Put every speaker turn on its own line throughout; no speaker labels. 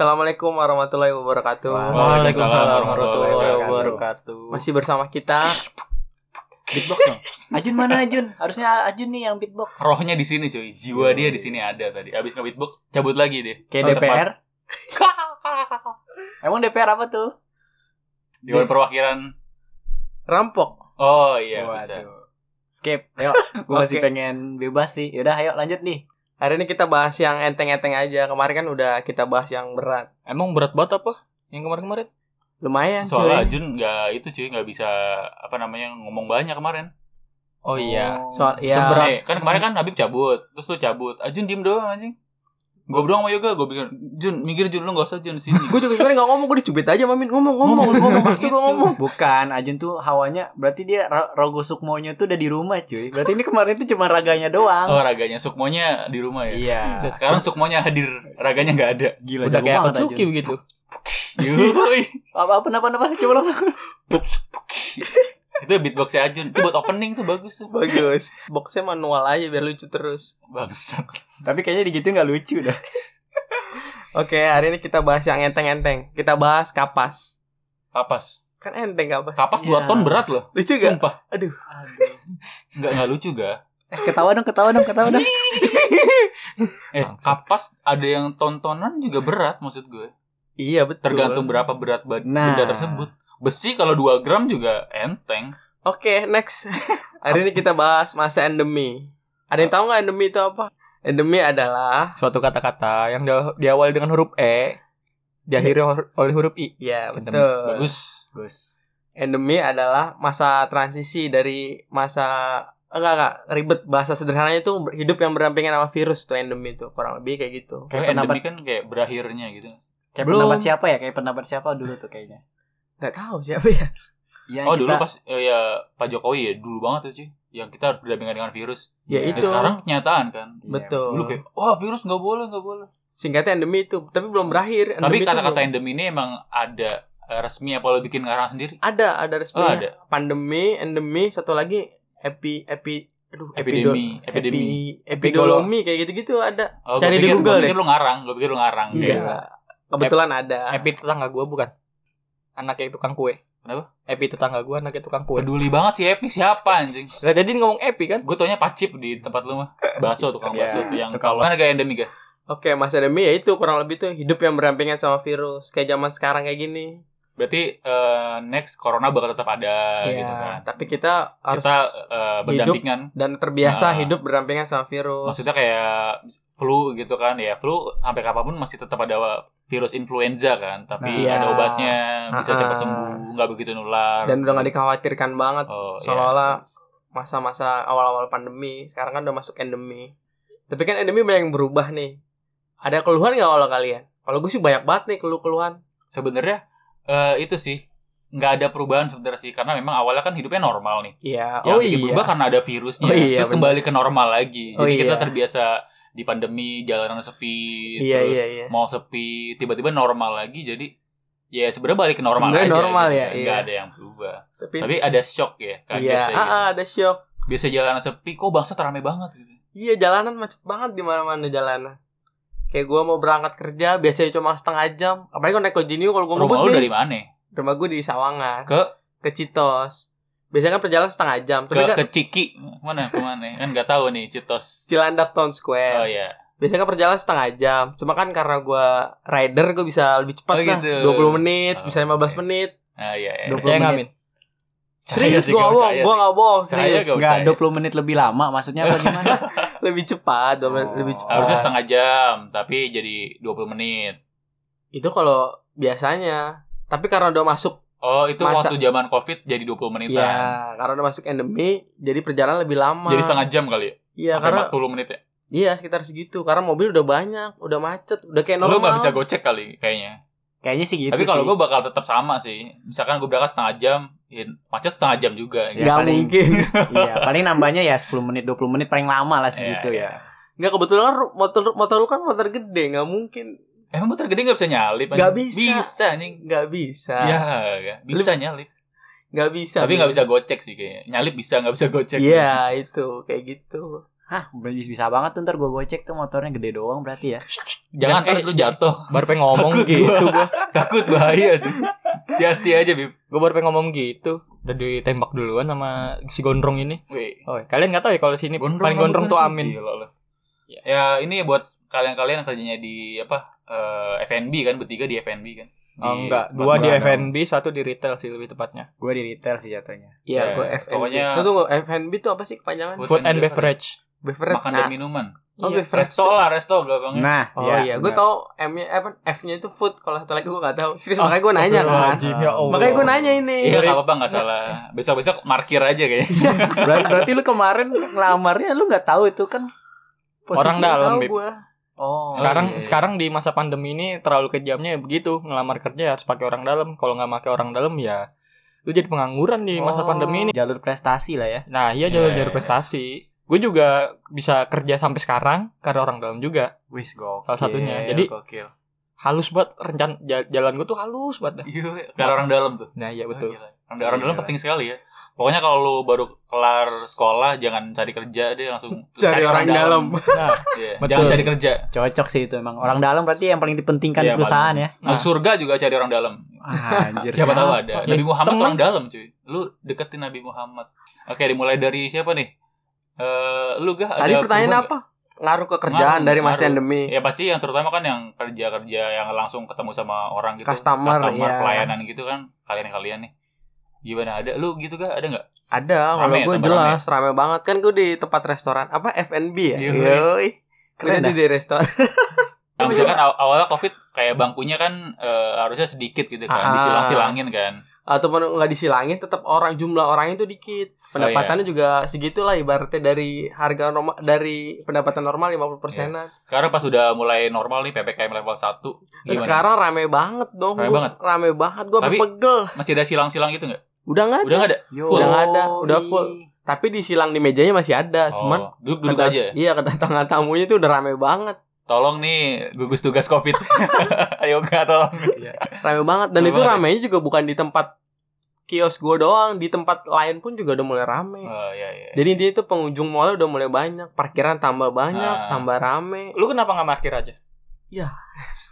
Assalamualaikum warahmatullahi wabarakatuh.
Waalaikumsalam
warahmatullahi
wabarakatuh.
Masih bersama kita.
Beatbox dong.
Ajun mana Ajun? Harusnya Ajun nih yang beatbox.
Rohnya di sini cuy, jiwa dia di sini ada tadi. Abis nge beatbox, cabut lagi deh.
Kayak DPR.
Emang DPR apa tuh?
Dewan Perwakilan.
Rampok.
Oh iya bisa.
Skip. Ayo,
Oke.
gua masih pengen bebas sih. Yaudah, ayo lanjut nih.
Hari ini kita bahas yang enteng-enteng aja. Kemarin kan udah kita bahas yang berat.
Emang berat banget apa? Yang kemarin-kemarin?
Lumayan
Soalnya
cuy.
Ajun nggak itu cuy, nggak bisa apa namanya ngomong banyak kemarin.
Oh iya.
Soal ya
Seberat-
Eh, kan kemarin kan Habib cabut, terus lu cabut. Ajun diem doang anjing. Gue doang sama Yoga, gue bikin Jun, minggir Jun, lu gak usah Jun di sini.
Gue juga sebenarnya gak ngomong, gue dicubit aja Mamin Ngomong, ngomong, ngomong,
Oh,
maksud
gitu.
gue ngomong
Bukan, Ajun tuh hawanya berarti dia Ra- Rogo Sukmonya tuh udah di rumah, cuy. Berarti ini kemarin tuh cuma raganya doang.
Oh raganya Sukmonya di rumah ya.
Iya.
Sekarang Sukmonya hadir, raganya nggak ada.
Gila
Udah
jago
kayak
banget,
Akatsuki
Ajun.
begitu.
Yoi.
Apa apa apa apa coba ulang.
itu beatboxnya Ajun itu buat opening tuh bagus tuh
Bagus Boxnya manual aja biar lucu terus
bangsat
Tapi kayaknya digitu nggak lucu dah.
Oke, hari ini kita bahas yang enteng-enteng Kita bahas kapas
kapas
Kan enteng kapas
kapas
Iya.
2 ton berat loh
Lucu gak?
sumpah
Iya. Aduh.
nggak nggak lucu ga
Eh, ketawa dong, ketawa dong, ketawa dong.
eh
Bangsat.
kapas ada yang tontonan juga berat maksud gue
Iya, betul
tergantung berapa berat bad-
Nah.
benda tersebut besi kalau 2 gram juga enteng
Oke, next. Hari ini kita bahas masa endemi. Ada yang tahu nggak endemi itu apa? Endemi adalah
Suatu kata-kata yang dia- diawali dengan huruf E, diakhiri hor- oleh huruf I.
ya Iya.
Endemi.
betul.
bagus
Gus.
Endemi adalah masa transisi dari masa enggak enggak ribet bahasa sederhananya itu hidup yang berdampingan sama virus tuh endemi itu kurang lebih kayak gitu.
kayak
pendapat-
endemi kan kayak berakhirnya gitu
Kayak
Belum.
pendapat siapa ya? Kayak pendapat siapa dulu tuh kayaknya.
Nggak tahu siapa ya.
Iya,
oh dulu
kita-
pas eh, ya Pak Jokowi ya dulu banget tuh cuy yang kita harus berdampingan dengan virus
Ya
Iya.
Nah,
itu.
sekarang kenyataan kan
Iya,
betul.
dulu kayak wah virus nggak boleh nggak boleh
Singkatnya endemi itu, tapi belum berakhir.
tapi
Endemi itu
kata-kata
belum-
endemi ini emang ada eh, resmi apa lo bikin ngarang sendiri
ada ada
Oh,
resminya.
ada.
Pandemi, endemi, satu lagi epi epi aduh epido-
Epidemi, epidemi.
epi- epidolomi kayak gitu-gitu ada.
Oh,
Cari di
gua pikir-
Google
gua pikir lu ngarang, gua pikir lu ngarang.
Enggak.
Kayak,
Kebetulan ada.
Epi tetangga gua bukan. Anaknya tukang kue.
Kenapa?
Epi tetangga gua anaknya tukang kue.
Peduli banget sih Epi siapa anjing.
Lah jadi ngomong Epi kan?
Gue taunya pacip di tempat lu mah. Bakso tukang
Iya,
bakso tuh yang
tukang
kalau mana gak endemi gak?
Oke, masa demi ya itu kurang lebih tuh hidup yang berdampingan sama virus kayak zaman sekarang kayak gini.
Berarti eh, next corona bakal tetap ada
Iya,
gitu kan.
tapi kita harus
Kita eh, berdampingan.
dan terbiasa
Nah.
hidup berdampingan sama virus.
Maksudnya kayak flu gitu kan ya flu sampai kapanpun masih tetap ada virus influenza kan tapi
Nah, iya.
ada obatnya bisa
Ah-ah.
cepat sembuh nggak begitu nular
Dan udah gak dikhawatirkan banget
oh, iya.
seolah-olah masa-masa awal-awal pandemi. Sekarang kan udah masuk endemi. Tapi kan endemi banyak yang berubah nih. Ada keluhan nggak kalau kalian? Kalau gue sih banyak banget nih keluh-keluhan.
sebenarnya eh, itu sih nggak ada perubahan sebenarnya sih karena memang awalnya kan hidupnya normal nih
Iya.
yang
oh
bikin
iya.
berubah kan? karena ada virusnya
Oh iya,
terus
bener.
kembali ke normal lagi
Oh
jadi kita
iya.
terbiasa di pandemi jalanan sepi
Iya
terus
iya iya.
mau sepi tiba-tiba normal lagi jadi ya sebenarnya balik ke normal
Sebenarnya
aja
normal
gitu
ya,
kan.
iya.
nggak ada yang berubah
Tapi,
tapi ada shock ya kaget
iya.
ya,
Ah,
gitu.
ah, ada shock.
biasa jalanan sepi kok bangsa terame banget gitu
Iya jalanan macet banget di mana-mana jalanan. Kayak gua mau berangkat kerja biasanya cuma setengah jam. Apalagi kalau naik Kojinio kalau gua
rumah
ngebut
lu
nih.
dari mana
Rumah gua di Sawangan.
Ke?
ke Citos. Biasanya kan perjalanan setengah jam.
ke
Tapi kan
ke Ciki mana ke mana kan nggak tahu nih Citos
Cilandak Town Square.
oh iya
Biasanya kan perjalanan setengah jam. Cuma kan karena gua rider gua bisa lebih cepat
Oh,
lah.
gitu.
20 menit,
Oh,
bisa 15
oke.
menit.
nah iya, iya.
Dua puluh
Percaya nggak Min?
Percaya
Serius
sih,
gua
nggak
nggak bohong,
percaya
gua
sih.
nggak bohong,
Percaya
serius.
nggak
Enggak,
percaya.
20 menit lebih lama maksudnya apa gimana?
Iya.
Lebih cepat, 20 menit
Oh.
lebih cepat.
Harusnya setengah jam, tapi jadi 20 menit.
Itu kalau biasanya. Tapi karena udah masuk
Oh, itu
Masa-
waktu zaman Covid jadi 20 menitan.
ya, karena udah masuk endemi, jadi perjalanan lebih lama.
Iya. Jadi setengah jam kali ya?
Iya,
Sampai
karena
40 menit ya?
Iya sekitar segitu Karena mobil udah banyak Udah macet Udah kayak normal
Lu gak bisa gocek kali kayaknya.
Kayaknya sih gitu
Tapi kalau
sih.
gue bakal tetap sama sih. Misalkan gue berangkat setengah jam, ya macet setengah jam juga.
Ya,
Gitu.
Nggak
paling-
mungkin
Iya, paling nambahnya ya 10 menit, 20 menit paling lama lah
gitu
segitu
Iya,
ya.
Nggak kebetulan kan motor, motor lu kan motor gede Nggak mungkin
Emang motor gede gak bisa nyalip?
Nggak
anjing?
bisa. Nah.
Bisa anjing.
Nggak bisa
Ya, ya, bisa nyalip.
Nggak bisa
Tapi gak bisa gocek sih kayaknya. Nyalip bisa, gak bisa gocek.
Iya itu Kayak gitu
Hah, bisa, bisa banget tuh ntar gue gocek tuh motornya gede doang berarti ya.
Jangan,
Jangan ntar
eh,
iya.
lu jatuh.
Baru pengen ngomong
Takut
gitu gua.
Takut bahaya tuh. Hati-hati aja, Bib.
Gua baru pengen ngomong gitu. Udah ditembak duluan sama si gondrong ini.
Wih.
Oh, kalian nggak tahu ya kalau sini paling gondrong tuh Amin.
Gila lu. Ya, ya, ini buat kalian-kalian yang kerjanya di apa? eh, FNB kan bertiga di FNB kan.
Oh,
Di
enggak, dua di
Bandung.
F&B, satu di retail sih lebih tepatnya.
Gue di retail sih jatuhnya.
Iya,
Ya,
gue FNB.
pokoknya-
Itu tunggu, FNB tuh apa sih kepanjangan?
Food
Food
and
and beverage.
Beverage.
Makan
Nah,
dan minuman.
oh,
Iya.
beverage
Resto
tuh-
lah, resto gampangnya.
Nah,
Oh
ya,
iya, gue
benar.
tau M-nya apa F-nya itu food. Kalau satu lagi gue gak tahu. Serius makanya gue nanya kan.
Astagfirullahaladzim, ya Allah.
Makanya gue nanya ini.
Oh, Iya, enggak apa-apa, enggak salah. Besok-besok markir aja kayaknya.
Berarti, berarti lu kemarin ngelamarnya lu nggak tahu itu kan
Orang
Posisinya
dalam,
tahu
Bib.
gua.
Oh.
Sekarang
iya, iya.
sekarang di masa pandemi ini terlalu kejamnya ya begitu, ngelamar kerja harus pakai orang dalam. Kalau nggak pakai orang dalam ya lu jadi pengangguran di
Oh,
masa pandemi ini.
Jalur prestasi lah ya.
Nah, iya jalur
Iya,
jalur
iya.
prestasi. Gue juga bisa kerja sampai sekarang karena orang dalam juga.
Wis gokil.
Salah satunya.
Iya,
Jadi-
gokil.
Halus buat rencan ja- jalan gue tuh halus banget. dah.
Iya, karena orang dalam tuh.
Nah, iya
Oh,
betul.
gila. Orang, orang dalam
Iya.
Gila.
penting sekali ya. Pokoknya kalau lu baru kelar sekolah jangan cari kerja deh langsung
Cari orang dalam.
Nah,
Iya,
Betul.
Jangan cari kerja.
Cocok sih itu emang. Orang dalam berarti yang paling dipentingkan
Iya,
perusahaan ya.
Nah, surga juga cari orang dalam.
Ah, Anjir.
Siapa tahu ada.
Ya,
Nabi Muhammad
temen.
orang dalam, cuy. Lu deketin Nabi Muhammad. Oke, dimulai dari siapa nih? Eh, lu gak
Tadi pertanyaan apa? Ngaruh ke kerjaan
Ngaruh,
dari masa
ngaruh.
endemi.
Ya pasti yang terutama kan yang kerja-kerja yang langsung ketemu sama orang gitu.
Customer, iya.
pelayanan gitu kan. Kalian-kalian nih. Gimana ada lu gitu gak? Ada nggak?
Ada, kalau
Rame ya,
gue
tambah
jelas rame banget kan gue di tempat restoran apa F&B ya.
Iya.
Yoi.
Keren
Keren tuh di restoran.
Nah, misalkan aw- awalnya Covid kayak bangkunya kan eh, harusnya sedikit gitu kan,
Ah.
disilang-silangin kan.
Ataupun nggak disilangin tetap orang jumlah orangnya itu dikit.
Oh, iya.
Pendapatannya juga segitulah ibaratnya dari harga normal dari pendapatan normal 50 persenan.
Sekarang pas udah mulai normal nih PPKM level 1 gimana?
Sekarang rame banget dong.
Rame
Bu.
banget.
Rame banget gue
Tapi-
pegel.
masih ada silang-silang gitu nggak?
Udah nggak? ada.
Udah nggak ada?
Yo.
Udah nggak ada, udah full. Tapi disilang di mejanya masih ada, cuman
oh, duduk duduk
kata-
aja.
Iya, kedatangan tamunya itu udah rame banget.
Tolong nih gugus tugas Covid. Ayo nggak tolong.
rame banget dan
Rame
itu
banget ya?
ramenya juga bukan di tempat kios gue doang di tempat lain pun juga udah mulai rame
Oh iya iya.
jadi intinya itu pengunjung mall udah mulai banyak parkiran tambah banyak
Ah.
tambah rame
lu kenapa nggak markir aja?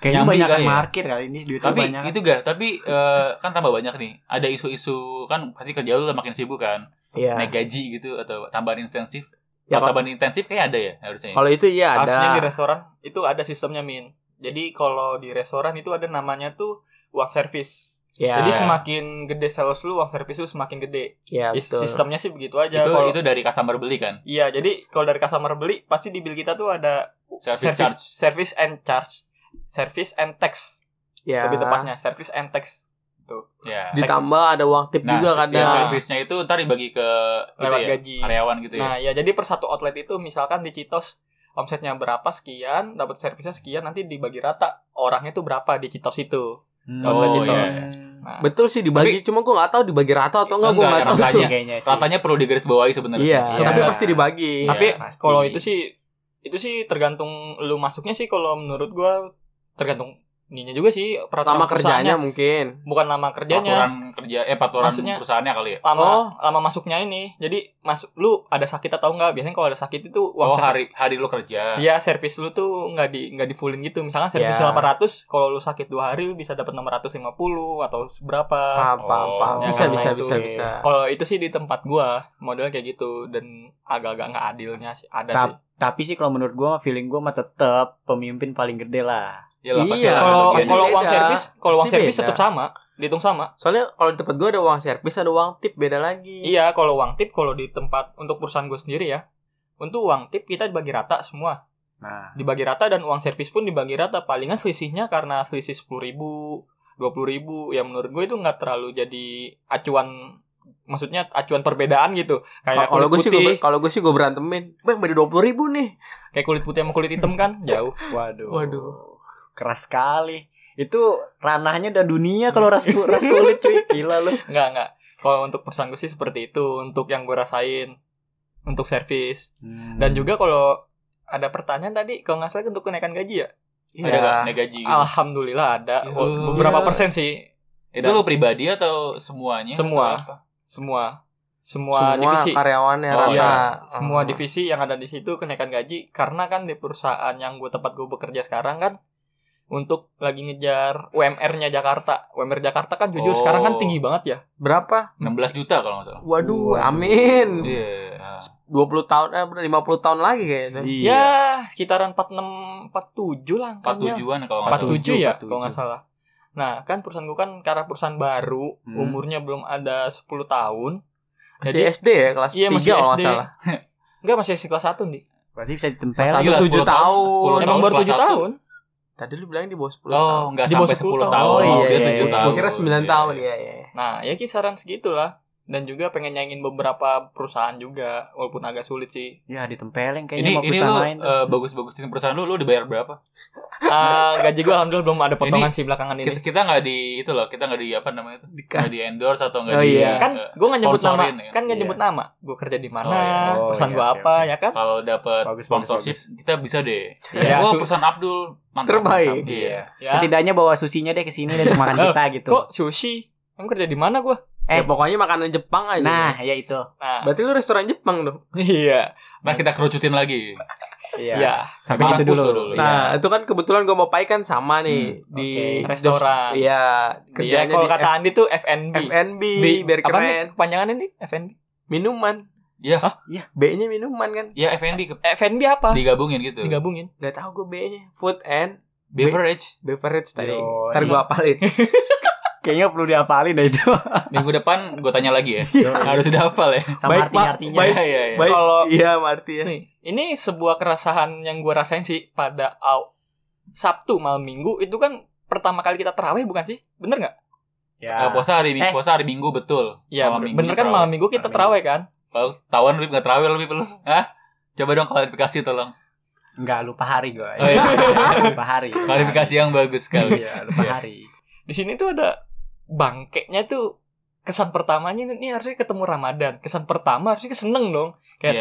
Kayaknya
Nyambi
banyak
kali ya?
markir kali ini duitnya
tapi
banyak.
itu gak, tapi eh, kan tambah banyak nih. Ada isu-isu kan pasti kerja lu makin sibuk kan.
Iya.
Naik gaji gitu atau tambahan intensif.
ya
Kalau
kalau-
tambahan intensif kayak ada ya harusnya.
kalau itu iya
Harusnya di
ada
restoran itu ada sistemnya min. Jadi kalau di restoran itu ada namanya tuh uang servis.
ya
Jadi semakin gede sales lu uang servis lu semakin gede.
ya
Is-
betul
Sistemnya sih begitu
ya,
aja.
itu
Kalau-
itu dari customer beli kan.
Iya, jadi kalau dari customer beli pasti di bill kita tuh ada
Service
service
charge.
service and charge. Service and tax
ya
lebih tepatnya, service and tax
Ya.
ditambah ada uang tip
Nah,
juga kan,
ya,
iya,
kadang
servisnya itu ntar dibagi ke gitu
lewat
ya,
gaji.
karyawan gitu ya.
Nah, ya jadi per satu outlet itu misalkan di Citos omsetnya berapa sekian, dapat servisnya sekian, nanti dibagi rata orangnya tuh berapa di Citos itu.
Hmm.
outlet
Oh,
itu.
iya.
Nah,
betul sih dibagi cuma gue nggak tahu dibagi rata atau enggak gue
Enggak,
nggak tahu
ratanya.
tuh.
Sih, kayaknya sih.
Ratanya perlu digarisbawahi sebenarnya.
iya
Iya.
tapi pasti dibagi
Tapi
Iya,
pasti.
kalau itu sih itu sih tergantung lu masuknya sih kalau menurut gua tergantung ininya juga sih peraturan
lama kerjanya
perusahaannya.
mungkin
bukan lama kerjanya
Peraturan kerja eh peraturan
Iya. Maksudnya-
perusahaannya kali ya.
lama
Oh.
lama masuknya ini jadi masuk lu ada sakit atau enggak biasanya kalau ada sakit itu uang
Oh
servis-
hari hari lu kerja.
Iya, servis lu tuh nggak di nggak di fullin gitu. Misalkan servis
Iya.
800, kalau lu sakit dua hari lu bisa dapat 650 atau seberapa.
paham paham
Oh,
paham
yang
bisa
lama
bisa
ya itu.
bisa bisa
Kalau itu sih di tempat gua model kayak gitu dan agak-agak nggak adilnya sih ada
Tap-
sih.
Tapi sih kalau menurut gua feeling gua mah tetap pemimpin paling gede lah.
Yalah, pasti
Iya,
lah,
Kalau
pasti
bagiannya.
kalau
beda.
uang servis, kalau uang
Pasti
servis
beda.
tetap sama, dihitung sama.
Soalnya kalau di tempat gue ada uang servis, ada uang tip beda lagi.
Iya, kalau uang tip kalau di tempat untuk perusahaan gue sendiri ya. Untuk uang tip kita dibagi rata semua.
Nah,
Dibagi rata dan uang servis pun dibagi rata. Palingan selisihnya karena selisih 10 ribu, 20 ribu. Ya menurut gue itu nggak terlalu jadi acuan maksudnya acuan perbedaan gitu kayak
Kalau gue
kulit
sih
putih
gue kalau gue sih gue berantemin. Bang beda dua puluh ribu nih.
kayak kulit putih sama kulit hitam kan jauh
waduh.
Waduh.
Keras sekali. Itu ranahnya dan dunia kalau ras, ras kulit cuy. Gila lu.
nggak nggak kalau untuk perusahaan gue sih seperti itu untuk yang gue rasain untuk servis
Hmm.
dan juga kalau ada pertanyaan tadi kalau nggak salah untuk kenaikan gaji ya
ada nggak
Iya.
naik gaji gitu.
Ah, Alhamdulillah ada
Ya.
Wah, beberapa
Ya.
persen sih
Itu lu pribadi atau semuanya?
iya. Semua.
Atau apa?
semua
semua
semua, divisi
karyawannya
Oh,
rata
iya.
Oh.
semua divisi yang ada di situ kenaikan gaji karena kan di perusahaan yang gue tempat gue bekerja sekarang kan untuk lagi ngejar UMR-nya Jakarta. UMR Jakarta kan jujur
Oh.
sekarang kan tinggi banget ya.
berapa
16 juta kalau nggak salah.
waduh,
Waduh.
amin
Iya.
20 tahun eh 50 tahun lagi kayaknya
Iya.
Ya, sekitaran 46 47 lah kan
Empat
angkanya.
tujuan kalau nggak salah.
47 ya
47.
kalau nggak salah. Nah, kan perusahaan gue kan karena perusahaan baru,
Hmm.
umurnya belum ada 10 tahun.
masih SD ya kelas
Iya,
3
masih
kalau nggak
SD.
salah
Enggak masih SD kelas 1 nih.
Berarti bisa
Satu
ditempel.
Gila,
7
10 Iya, tahun, 10
tahun
Emang baru
Oh, kelas
7
satu.
tahun.
tadi lu bilang di bawah 10
Oh,
tahun
nggak
Di bawah
sampai 10
10
tahun.
tahun. Oh,
dia
iya,
7
iya.
tahun.
Gua kira 9 tahun ya ya
Nah, ya kisaran segitulah. Dan juga pengen nyanyiin beberapa perusahaan juga, walaupun agak sulit sih.
Ya ditempelin
Ini
kayaknya mau
ini
perusahaan
lu
lain. tuh.
eh, bagus-bagus di perusahaan lu lu dibayar berapa?
Ah, gaji gue alhamdulillah belum ada potongan
Ini-
sih belakangan ini.
Kita kita nggak di itu loh, kita nggak di apa namanya itu?
Dika-
Nggak di endorse atau nggak
Kan- Oh,
di
iya.
Kan
eh,
gue gak nyebut nama,
sponsorin ya.
kan gak
Iya.
nyebut nama. Gue kerja di mana,
Oh, iya.
Oh,
perusahaan
iya,
gue
oke,
apa,
oke.
ya kan?
kalau dapat
Bagus, bagus,
sponsorship
bagus.
kita bisa deh.
Iya,
Wah,
su-
perusahaan Abdul mantap.
Terbaik.
mantap. Iya.
Ya.
Setidaknya bawa susinya deh ke sini deh untuk makan kita gitu.
Kok sushi? Emang kerja di mana gue?
ya
Eh.
pokoknya makanan Jepang aja
Nah, ya itu.
Nah,
berarti lu restoran Jepang dong
iya,
Nah, kita kerucutin lagi.
iya.
Sampai
Mampus
situ dulu.
lu dulu.
Iya.
nah itu kan kebetulan gua mau pai kan sama nih
Hmm,
di
oke.
Restoran.
iya
Iya,
kerjanya
kalau
di
kata Andi tuh FNB.
FNB
Di-
biar
apa nih
keren
kepanjangannya nih? FNB.
minuman
Iya.
B-nya minuman kan
Ya FNB ke-
FNB apa?
digabungin gitu.
Digabungin.
nggak tahu gue B-nya food and
Beverage
beverage tadi
Yoi.
ntar gue apalin
Kayaknya perlu diapalin deh itu.
minggu depan gue tanya lagi ya. Harus udah hafal ya.
Sama
Baik, Pak.
artinya-artinya.
Baik.
Iya, iya.
baik
Kalau-
iya Marti ya
Nih, ini sebuah keresahan yang gue rasain sih pada au- Sabtu malam Minggu itu kan pertama kali kita terawih bukan sih? Bener nggak?
Ya.
Eh, puasa hari Minggu,
Eh.
puasa hari Minggu betul. Iya,
Ya,
Malam Minggu
bener kan
terawih.
malam Minggu kita
Malam
terawih kan?
Kalau Tawan lebih nggak terawih lebih perlu. Hah? Coba dong klarifikasi tolong.
Enggak lupa hari gue.
Oh, iya.
lupa hari.
Klarifikasi yang bagus sekali.
Iya, lupa
Iya.
hari.
Di sini tuh ada bangkeknya tuh kesan pertamanya ini harusnya ketemu Ramadan. Kesan pertama harusnya seneng dong. Kayak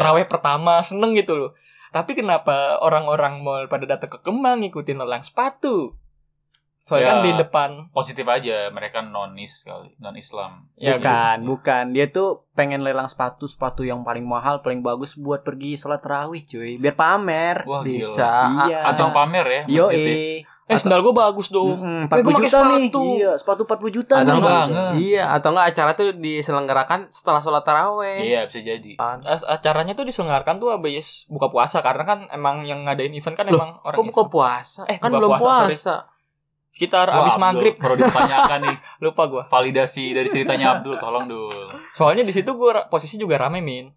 Iya.
terawih pertama seneng gitu loh. Tapi kenapa orang-orang mall pada datang ke Kemang ngikutin lelang sepatu? Soalnya
Ya.
kan di depan
Positif aja, mereka nonis kali, Iya. non Islam.
Ya,
bukan, bukan. Dia tuh pengen lelang sepatu, sepatu yang paling mahal, paling bagus buat pergi sholat terawih, cuy. Biar pamer.
Wah,
bisa
gila.
Iya.
Kacang pamer ya,
Yo,
masjid ya.
eh.
eh sendal gue bagus dong.
Mm,
Eh,
40
gua pakai
juta nih.
sepatu.
Iya, sepatu 40 juta
atau
Ada
nih.
enggak
banget.
iya atau enggak acara tuh diselenggarakan setelah sholat taraweh
Iya, bisa jadi.
As- acaranya tuh diselenggarkan tuh abis buka puasa karena kan emang yang ngadain event kan
Loh,
emang orang
kok buka
Islam.
puasa
Eh,
kan
buka
belum
puasa, sorry.
puasa
sekitar
Wah,
abis
Abdul,
maghrib
Perlu ditanyakan nih
lupa gua
validasi dari ceritanya Abdul, tolong dong.
soalnya di situ gua ra- posisi juga rame min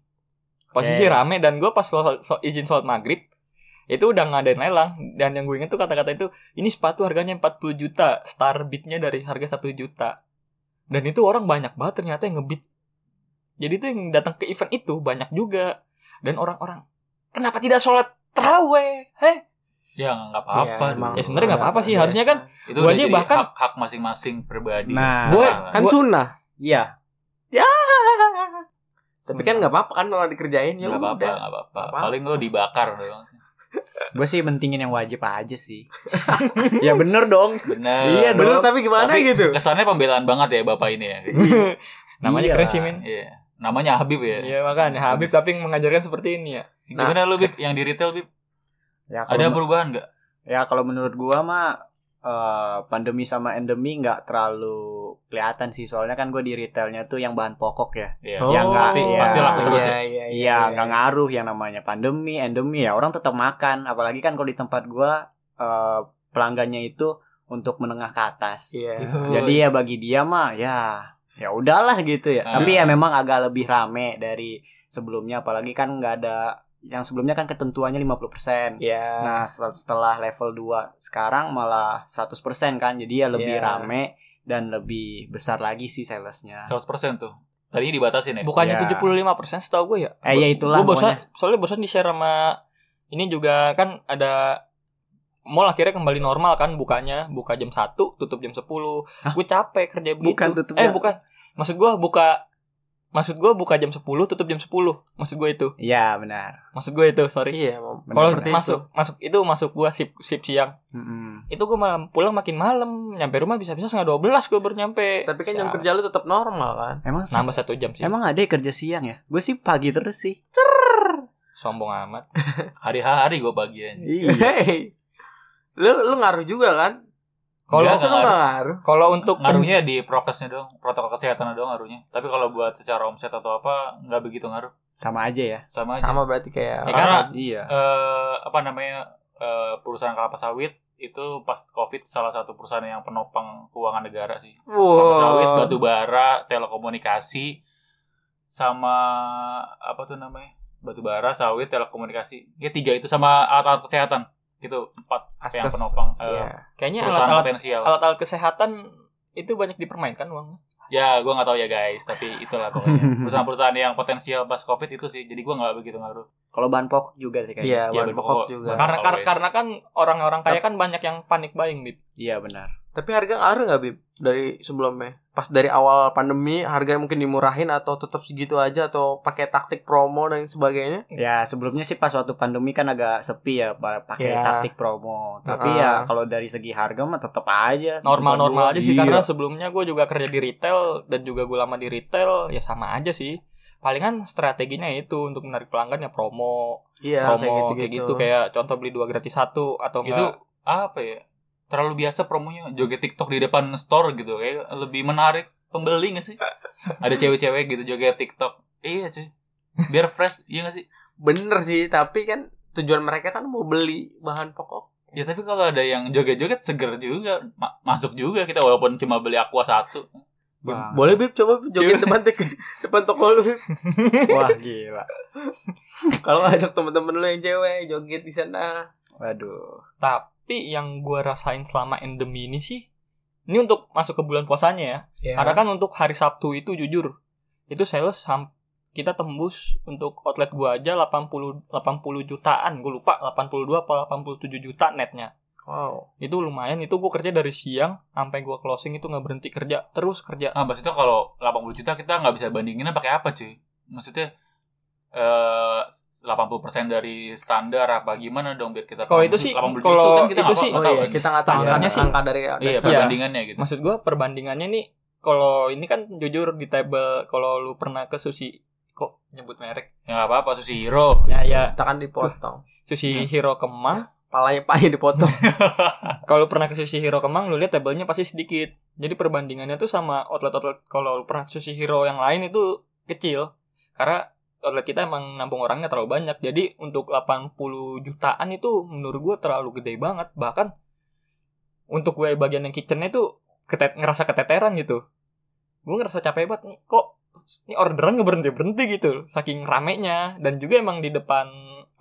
posisi
Oke.
rame dan gua pas lo- so- izin sholat maghrib itu udah ngadain lelang dan yang gue inget tuh kata-kata itu ini sepatu harganya 40 juta star bidnya dari harga 1 juta dan itu orang banyak banget ternyata yang ngebid jadi tuh yang datang ke event itu banyak juga dan orang-orang kenapa tidak sholat teraweh heh
Ya nggak Eh, apa-apa.
Iya, emang.
dong.
Ya, sebenarnya nggak apa-apa sih,
Iya,
harusnya kan-
itu
Gua
udah
aja
jadi
bahkan-
hak, hak masing-masing pribadi.
Nah.
Gua-
Salah.
kan sunnah
Iya.
tapi kan nggak apa-apa kan kalau dikerjain ya
nggak apa-apa,
udah
nggak apa-apa.
Apa?
Paling lo dibakar dong.
Gue sih mentingin yang wajib aja sih. ya bener dong.
Bener.
Iya,
bener
dong.
tapi gimana
Tapi-
gitu
Kesannya pembelaan banget ya bapak ini ya.
Iya.
namanya keren sih min
Iya. Namanya Habib ya.
Iya makanya Habib
Habis.
tapi mengajarkan seperti ini ya.
Gimana
Nah,
lu Bib yang di retail Bib?
Ya, kalau
Ada
men-
perubahan nggak?
ya kalau menurut gua mah eh, pandemi sama endemi nggak terlalu kelihatan sih soalnya kan gue di retailnya tuh yang bahan pokok ya
Iya.
Oh,
Ya, nggak- ya.
Pasti laku terus ya.
iya
Iya, nggak ngaruh yang namanya pandemi, endemi ya orang tetap makan. Apalagi kan kalau di tempat gua eh, pelanggannya itu untuk menengah ke atas.
iya
Jadi ya bagi dia mah ya ya udahlah gitu ya.
Ah.
Tapi ya memang agak lebih rame dari sebelumnya. Apalagi kan nggak ada yang sebelumnya kan ketentuannya 50%.
iya
Nah, setel- setelah level 2 sekarang malah 100% kan. Jadi ya lebih
Iya.
rame dan lebih besar lagi sih salesnya.
100% tuh. Tadinya dibatasin ya.
Bukannya
Iya.
75% setahu gue ya.
Eh, ya itulah
Gue bosan
pokoknya.
soalnya bosan di share sama ini juga kan ada mall akhirnya kembali normal kan bukanya, buka jam 1, tutup jam 10. Gue capek kerja begitu.
Bukan tutup
eh
jam-
bukan. Maksud gue buka Maksud gue buka jam 10, tutup jam 10. Maksud gue itu.
Iya benar.
Maksud gue itu, sorry.
Iya, Mom.
Benar,
Kalau
benar.
masuk masuk itu masuk gua sip sip siang.
Mm-mm.
Itu gua malam pulang makin malam, nyampe rumah bisa-bisa setengah 12 gua baru nyampe.
Tapi kan jam
Sial.
kerja lu tetap normal kan?
Emang sih-
nambah satu jam sih.
emang ada ya kerja siang ya? Gue sih pagi terus sih.
Sombong amat.
Hari-hari gue pagi aja.
Iya.
Hei. lu lu ngaruh juga kan?
Kalau
Masa lu
ngaruh.
nggak ngaruh?
kalau untuk
Ngaruhnya di prokesnya dong, protokol kesehatan doang ngaruhnya. Tapi kalau buat secara omset atau apa nggak begitu ngaruh.
Sama aja ya.
Sama aja.
Sama berarti kayak
Ya, karena-
Iya.
Eh, apa namanya? eh, perusahaan kelapa sawit itu pas Covid salah satu perusahaan yang penopang keuangan negara sih. Kelapa sawit,
Wow.
batu bara, telekomunikasi sama apa tuh namanya? Batu bara, sawit, telekomunikasi. Ya tiga itu sama alat-alat kesehatan. Gitu, empat yang
Askes.
penopang eh,
Iya.
kayaknya
perusahaan
alat-alat
potensial.
alat-alat kesehatan itu banyak dipermainkan uangnya.
Ya, gue nggak tahu ya guys, tapi itulah pokoknya. Perusahaan-perusahaan yang potensial pas COVID itu sih, jadi gue nggak begitu ngaruh.
Kalau bahan pokok juga sih
Iya,
kayaknya.
Iya,
bahan
bahan
pokok
pokok.
juga.
Karena kar-
Always.
karena kan orang-orang kaya kan banyak yang panik buying, Bib.
Iya benar.
Tapi harga ngaruh nggak Bib dari sebelumnya? Pas dari awal pandemi harga mungkin dimurahin atau tetap segitu aja atau pakai taktik promo dan sebagainya?
Ya sebelumnya sih pas waktu pandemi kan agak sepi ya pa- pakai
Iya.
taktik promo. Tapi
Heeh.
ya kalau dari segi harga mah tetap aja.
normal-normal aja sih
Iya.
karena sebelumnya gue juga kerja di retail dan juga gue lama di retail ya sama aja sih palingan strateginya itu untuk menarik pelanggan ya promo
Iya,
promo kayak gitu, kayak contoh beli dua gratis satu atau
Itu
enggak
apa ya? Terlalu biasa promonya joget TikTok di depan store gitu, kayak lebih menarik pembeli nggak sih? Ada cewek-cewek gitu joget TikTok. Iya cuy, biar fresh, iya nggak sih?
Bener sih, tapi kan tujuan mereka kan mau beli bahan pokok.
Ya tapi kalau ada yang joget-joget seger juga, Ma- masuk juga kita walaupun cuma beli aqua satu.
Bang.
Boleh Bib coba Bib, joget depan tik- depan toko lu Bib.
Wah gila.
Kalau ngajak temen-temen lu yang cewek joget di sana.
Waduh.
tapi yang gue rasain selama endemi ini sih ini untuk masuk ke bulan puasanya ya karena kan untuk hari Sabtu itu jujur itu sales ham- kita tembus untuk outlet gue aja 80 80 jutaan gue lupa 82 apa 87 juta netnya
Wow.
itu lumayan itu gue kerja dari siang sampai gue closing itu nggak berhenti kerja terus kerja
Nah, maksudnya kalau 80 juta kita nggak bisa bandinginnya pakai apa cuy? Maksudnya eh 80% dari standar apa gimana dong biar kita
Kalau
paham?
itu sih,
80 juta
kalau
kan kita
itu
nggak-
sih-
Oh
nggak tahu
iya,
kan.
kita nggak tahu
Standarnya
angka,
sih-
angka dari
Iya,
dasar.
perbandingannya gitu.
maksud gue perbandingannya nih kalau ini kan jujur di table kalau lu pernah ke sushi kok nyebut merek
Ya nggak apa-apa sushi hero.
ya ya
Kita kan dipotong.
sushi hero kemang
Palanya pahit dipotong.
kalau lu pernah ke sushi hero kemang lu lihat tabelnya pasti sedikit jadi perbandingannya tuh sama outlet outlet kalau lu pernah ke sushi hero yang lain itu kecil karena outlet kita emang nampung orangnya terlalu banyak jadi untuk 80 jutaan itu menurut gue terlalu gede banget bahkan untuk gue bagian yang kitchennya itu ketet ngerasa keteteran gitu gue ngerasa capek banget nih kok ini orderan nggak berhenti berhenti gitu saking ramenya dan juga emang di depan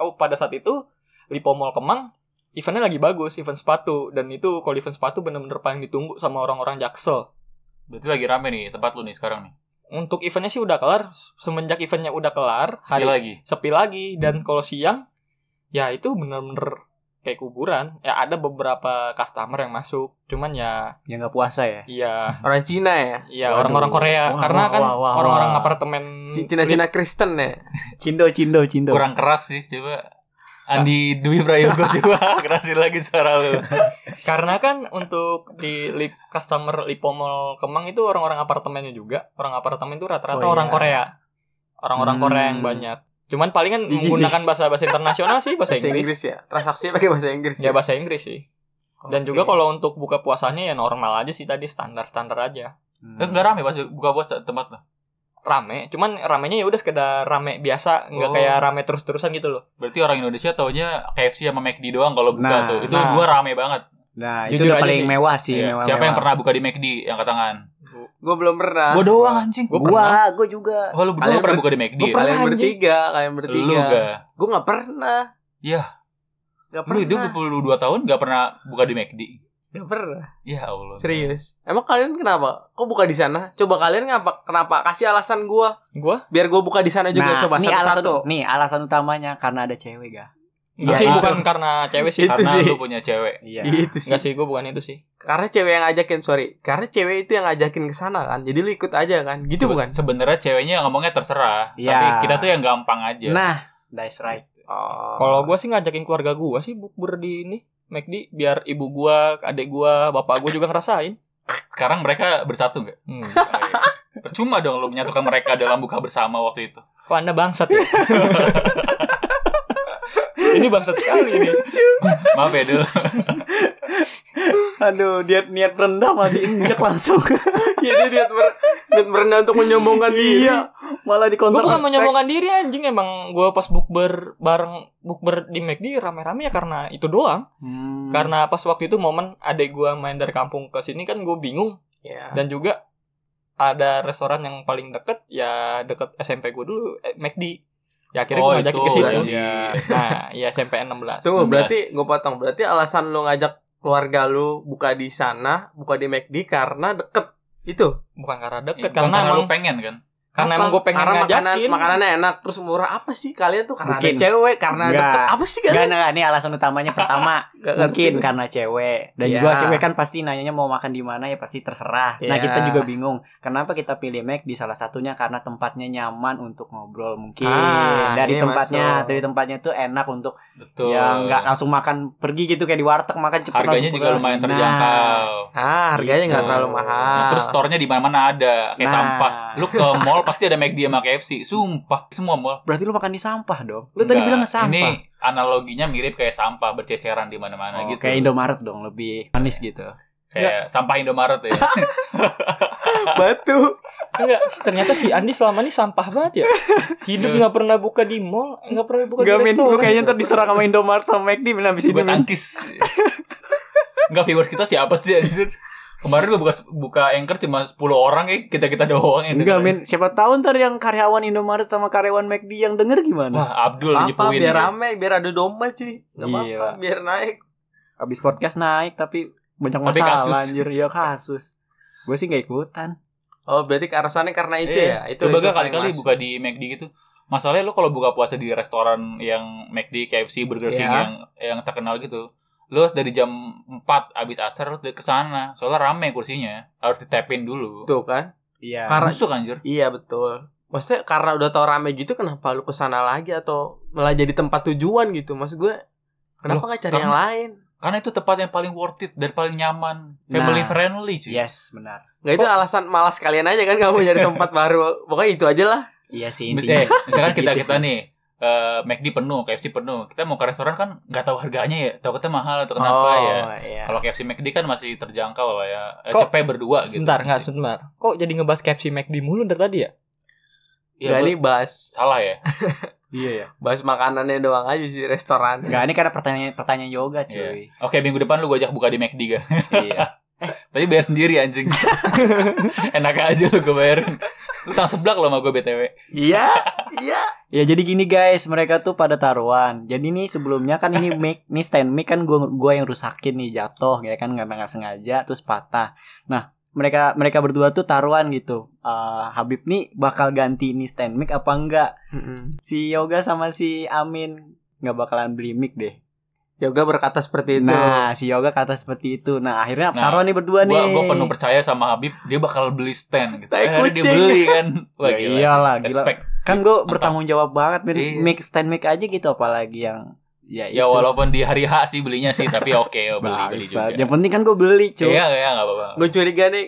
oh pada saat itu Lipo Mall Kemang eventnya lagi bagus event sepatu dan itu kalau event sepatu bener-bener paling ditunggu sama orang-orang jaksel
Berarti lagi rame nih tempat lu nih sekarang nih.
untuk eventnya sih udah kelar semenjak eventnya udah kelar
Sekali
hari
lagi.
sepi lagi dan kalau siang ya itu bener-bener kayak kuburan ya ada beberapa customer yang masuk cuman ya
Ya nggak puasa ya.
iya
Orang Cina ya.
ya
Waduh.
orang-orang Korea
Wah,
karena
wah,
kan
wah, wah,
orang-orang
wah.
apartemen
Cina-Cina Kristen ya.
Cindo cindo cindo.
Kurang keras sih coba. Andi Dwi Prayogo coba kerasin lagi suara lu.
karena kan untuk di lip, customer Lipomol Kemang itu orang-orang apartemennya juga orang apartemen itu rata-rata
Oh,
orang
iya.
Korea orang-orang
Hmm.
Korea yang banyak cuman palingan
Jijik sih.
menggunakan bahasa bahasa internasional sih bahasa
Bahasa
Inggris
Inggris ya. Transaksi pakai bahasa Inggris.
ya bahasa Inggris sih dan
Oke.
juga kalau untuk buka puasanya ya normal aja sih tadi standar-standar aja
Hmm.
Enggak Eh, rame pas buka puasa tempat lu.
rame cuman ramenya ya udah sekedar rame biasa nggak
Oh.
kayak rame terus-terusan gitu loh
Berarti orang Indonesia taunya KFC sama McD doang kalau buka
Nah.
tuh. Itu
Nah.
dua rame banget.
Nah
Jujur
itu udah
aja
paling
sih.
mewah sih.
Iya.
Mewah,
Siapa yang
mewah.
pernah buka di McD yang angkat tangan?
Gue belum pernah.
Gua doang anjing.
Gua
Gua, gua juga.
Oh, lu
Kalian
berdua pernah buka di McD?
Gua
ya?
kalian
anjing.
bertiga, kalian bertiga.
Lu ga?
Gue nggak pernah.
Iya.
Gak
Lu
pernah.
hidup 22 tahun gak pernah buka di McD?
Nggak pernah.
Ya Allah.
Serius. Emang kalian kenapa? Kok buka di sana? Coba kalian ngapa? Kenapa? Kasih alasan gue.
gua
Biar gue buka di sana juga.
Nah,
Coba
nih alasan,
satu-satu.
nih alasan utamanya karena ada cewek ga.
Enggak sih
Karena-
bukan karena cewek sih.
Iya, Itu
Karena
sih.
Nah, lu punya cewek.
Iya.
Itu Gitu sih.
Enggak sih, gue bukan itu sih.
Karena cewek yang ngajakin, sorry. Karena cewek itu yang ngajakin ke sana kan. Jadi lu ikut aja kan. Gitu
Sebe-
bukan?
Sebenarnya ceweknya yang ngomongnya terserah,
Iya.
tapi kita tuh yang gampang aja.
Nah, that's right.
Oh.
Kalau gue sih ngajakin keluarga gue sih bukber di ini McD biar ibu gue, adik gue, bapak gue juga ngerasain.
Sekarang mereka bersatu nggak? iya.
Hmm.
Percuma dong lu menyatukan mereka dalam buka bersama waktu itu.
Kok anda bangsat ya? ini bangsat sekali ini.
Maaf ya dulu.
Aduh, niat niat rendah malah diinjek langsung.
Iya dia niat ber niat berendah untuk menyombongkan diri.
iya, malah
Gue
dikontrol.
bukan menyombongkan diri anjing emang gue pas bukber bareng bukber di McD rame-rame ya karena itu doang.
Hmm.
Karena pas waktu itu momen adik gue main dari kampung ke sini kan gue bingung
Iya.
dan juga ada restoran yang paling deket ya deket SMP gue dulu eh, McD. Ya akhirnya
Oh,
gue ngajakin ke situ.
Iya.
Nah, ya SMP 16.
Tunggu,
19.
berarti gue potong. Berarti alasan lu ngajak keluarga lu buka di sana, buka di McD karena deket itu.
Bukan karena
Bukan
deket,
karena,
karena emang
lu pengen kan?
karena
Apa?
emang gue pengen
Karena
ngajakin.
makanan, makanannya enak, terus murah apa sih kalian tuh? Karena
Mungkin.
ada cewek, karena
Enggak.
deket. Apa sih
Gak,
kalian?
nah, ini alasan utamanya pertama
Gak ngerti.
mungkin karena cewek dan
Iya.
juga cewek kan pasti nanyanya mau makan di mana ya pasti terserah. Nah
Iya.
kita juga bingung kenapa kita pilih Mac di salah satunya karena tempatnya nyaman untuk ngobrol mungkin
Ah,
dari
ini
tempatnya
masuk.
dari tempatnya tuh enak untuk
Betul.
yang Ya, nggak langsung makan pergi gitu kayak di warteg makan cepet
Harganya
langsung
juga
pulang.
lumayan
Nah,
terjangkau.
Ah, harganya nggak
Gitu.
terlalu
Nah,
mahal.
terus store-nya di mana-mana ada kayak
Nah.
sampah. Lu ke mall pasti ada McD sama KFC. Sumpah, semua mall.
berarti lu makan di sampah dong. Lu tadi
Enggak.
bilang nggak sampah.
Ini analoginya mirip kayak sampah berceceran di
Oh,
mana-mana gitu.
Kayak Indomaret dong lebih manis gitu.
Kayak sampah Indomaret ya.
batu.
Enggak, ternyata si Andi selama ini sampah banget ya. Hidup
Iya.
nggak pernah buka di mall, nggak pernah buka
Gak
di
men,
restoran.
lu
gitu?
kayaknya ntar diserang sama Indomaret sama McD men abis ini.
Buat
men.
tangkis. Enggak viewers kita siapa sih anjir? Kemarin gue buka buka anchor cuma 10 orang ya, kita-kita doang ya.
Enggak men, siapa tahu ntar yang karyawan Indomaret sama karyawan McD yang denger gimana?
Wah, Abdul
Apa
nyepuin.
biar
gitu.
rame, biar ada domba cuy. Gak apa-apa,
Iya.
Gila.
biar naik.
Abis podcast naik tapi banyak
Tapi
masalah
kasus.
anjir, ya kasus. Gue sih gak ikutan.
Oh, berarti ke alasannya karena itu
Iya.
ya. Itu
Coba
itu
gak
paling
kali-kali
masuk.
buka di McD gitu. Masalahnya lu kalau buka puasa di restoran yang McD, KFC, Burger King
Iya.
yang yang terkenal gitu. Lu harus dari jam 4 abis asar lu ke sana. Soalnya rame kursinya. Harus ditepin dulu.
Tuh kan?
Iya.
Karena
Busuk anjir.
Iya betul. Maksudnya karena udah tau rame gitu kenapa lu kesana lagi atau malah jadi tempat tujuan gitu? Maksud gue kenapa nggak cari
karena-
yang lain?
Karena itu tempat yang paling worth it dan paling nyaman,
Nah.
family friendly cuy.
iya,
Yes, benar.
Nggak itu alasan malas kalian aja kan kamu nyari tempat baru. Pokoknya itu aja lah.
Iya sih intinya.
Eh, misalkan kita
Gitu
kita
sih.
nih eh McD penuh, KFC penuh. Kita mau ke restoran kan nggak tahu harganya ya, tahu kita mahal atau kenapa
oh,
ya.
iya.
Kalau KFC McD kan masih terjangkau lah ya. Eh,
Kok-
Cepet berdua gitu.
Sebentar, nggak
Masih-
sebentar. Kok jadi ngebahas KFC McD mulu dari tadi ya?
Ya,
Nggak,
gua-
ini bahas
salah ya.
Iya ya.
bahas makanannya doang aja sih restoran.
Enggak, ini karena pertanyaan pertanyaan yoga,
Iya.
cuy.
Oke, minggu depan lu gue ajak buka di McD gak?
Iya.
Tapi bayar sendiri anjing. Enak aja lu gue bayarin. Lu tang seblak lo sama gue BTW.
Iya, iya.
Ya jadi gini guys, mereka tuh pada taruhan. Jadi nih sebelumnya kan ini mic, nih stand mic kan gua gua yang rusakin nih jatuh ya kan nggak nggak sengaja terus patah. Nah, mereka mereka berdua tuh taruhan gitu. Eh, Habib nih bakal ganti nih stand mic apa enggak?
Mm-mm.
Si Yoga sama si Amin nggak bakalan beli mic deh.
Yoga berkata seperti itu.
Nah, si Yoga kata seperti itu. Nah, akhirnya
Gitu. Nah,
taruhan nih berdua
Gue
nih.
gue penuh percaya sama Habib, dia bakal beli stand gitu.
Tai
Eh, akhirnya dia
kucing. iya,
beli kan. Wah,
Ya
gila.
iyalah, gila.
Respect.
Kan gue bertanggung jawab banget, men.
Iya.
mic stand mic aja gitu apalagi yang ya,
Ya
itu.
walaupun di hari H sih belinya sih, tapi oke ya beli beli juga.
Bangsat. Nah, Yang penting kan gue beli, cuy.
Iya, iya enggak apa-apa.
Gue curiga nih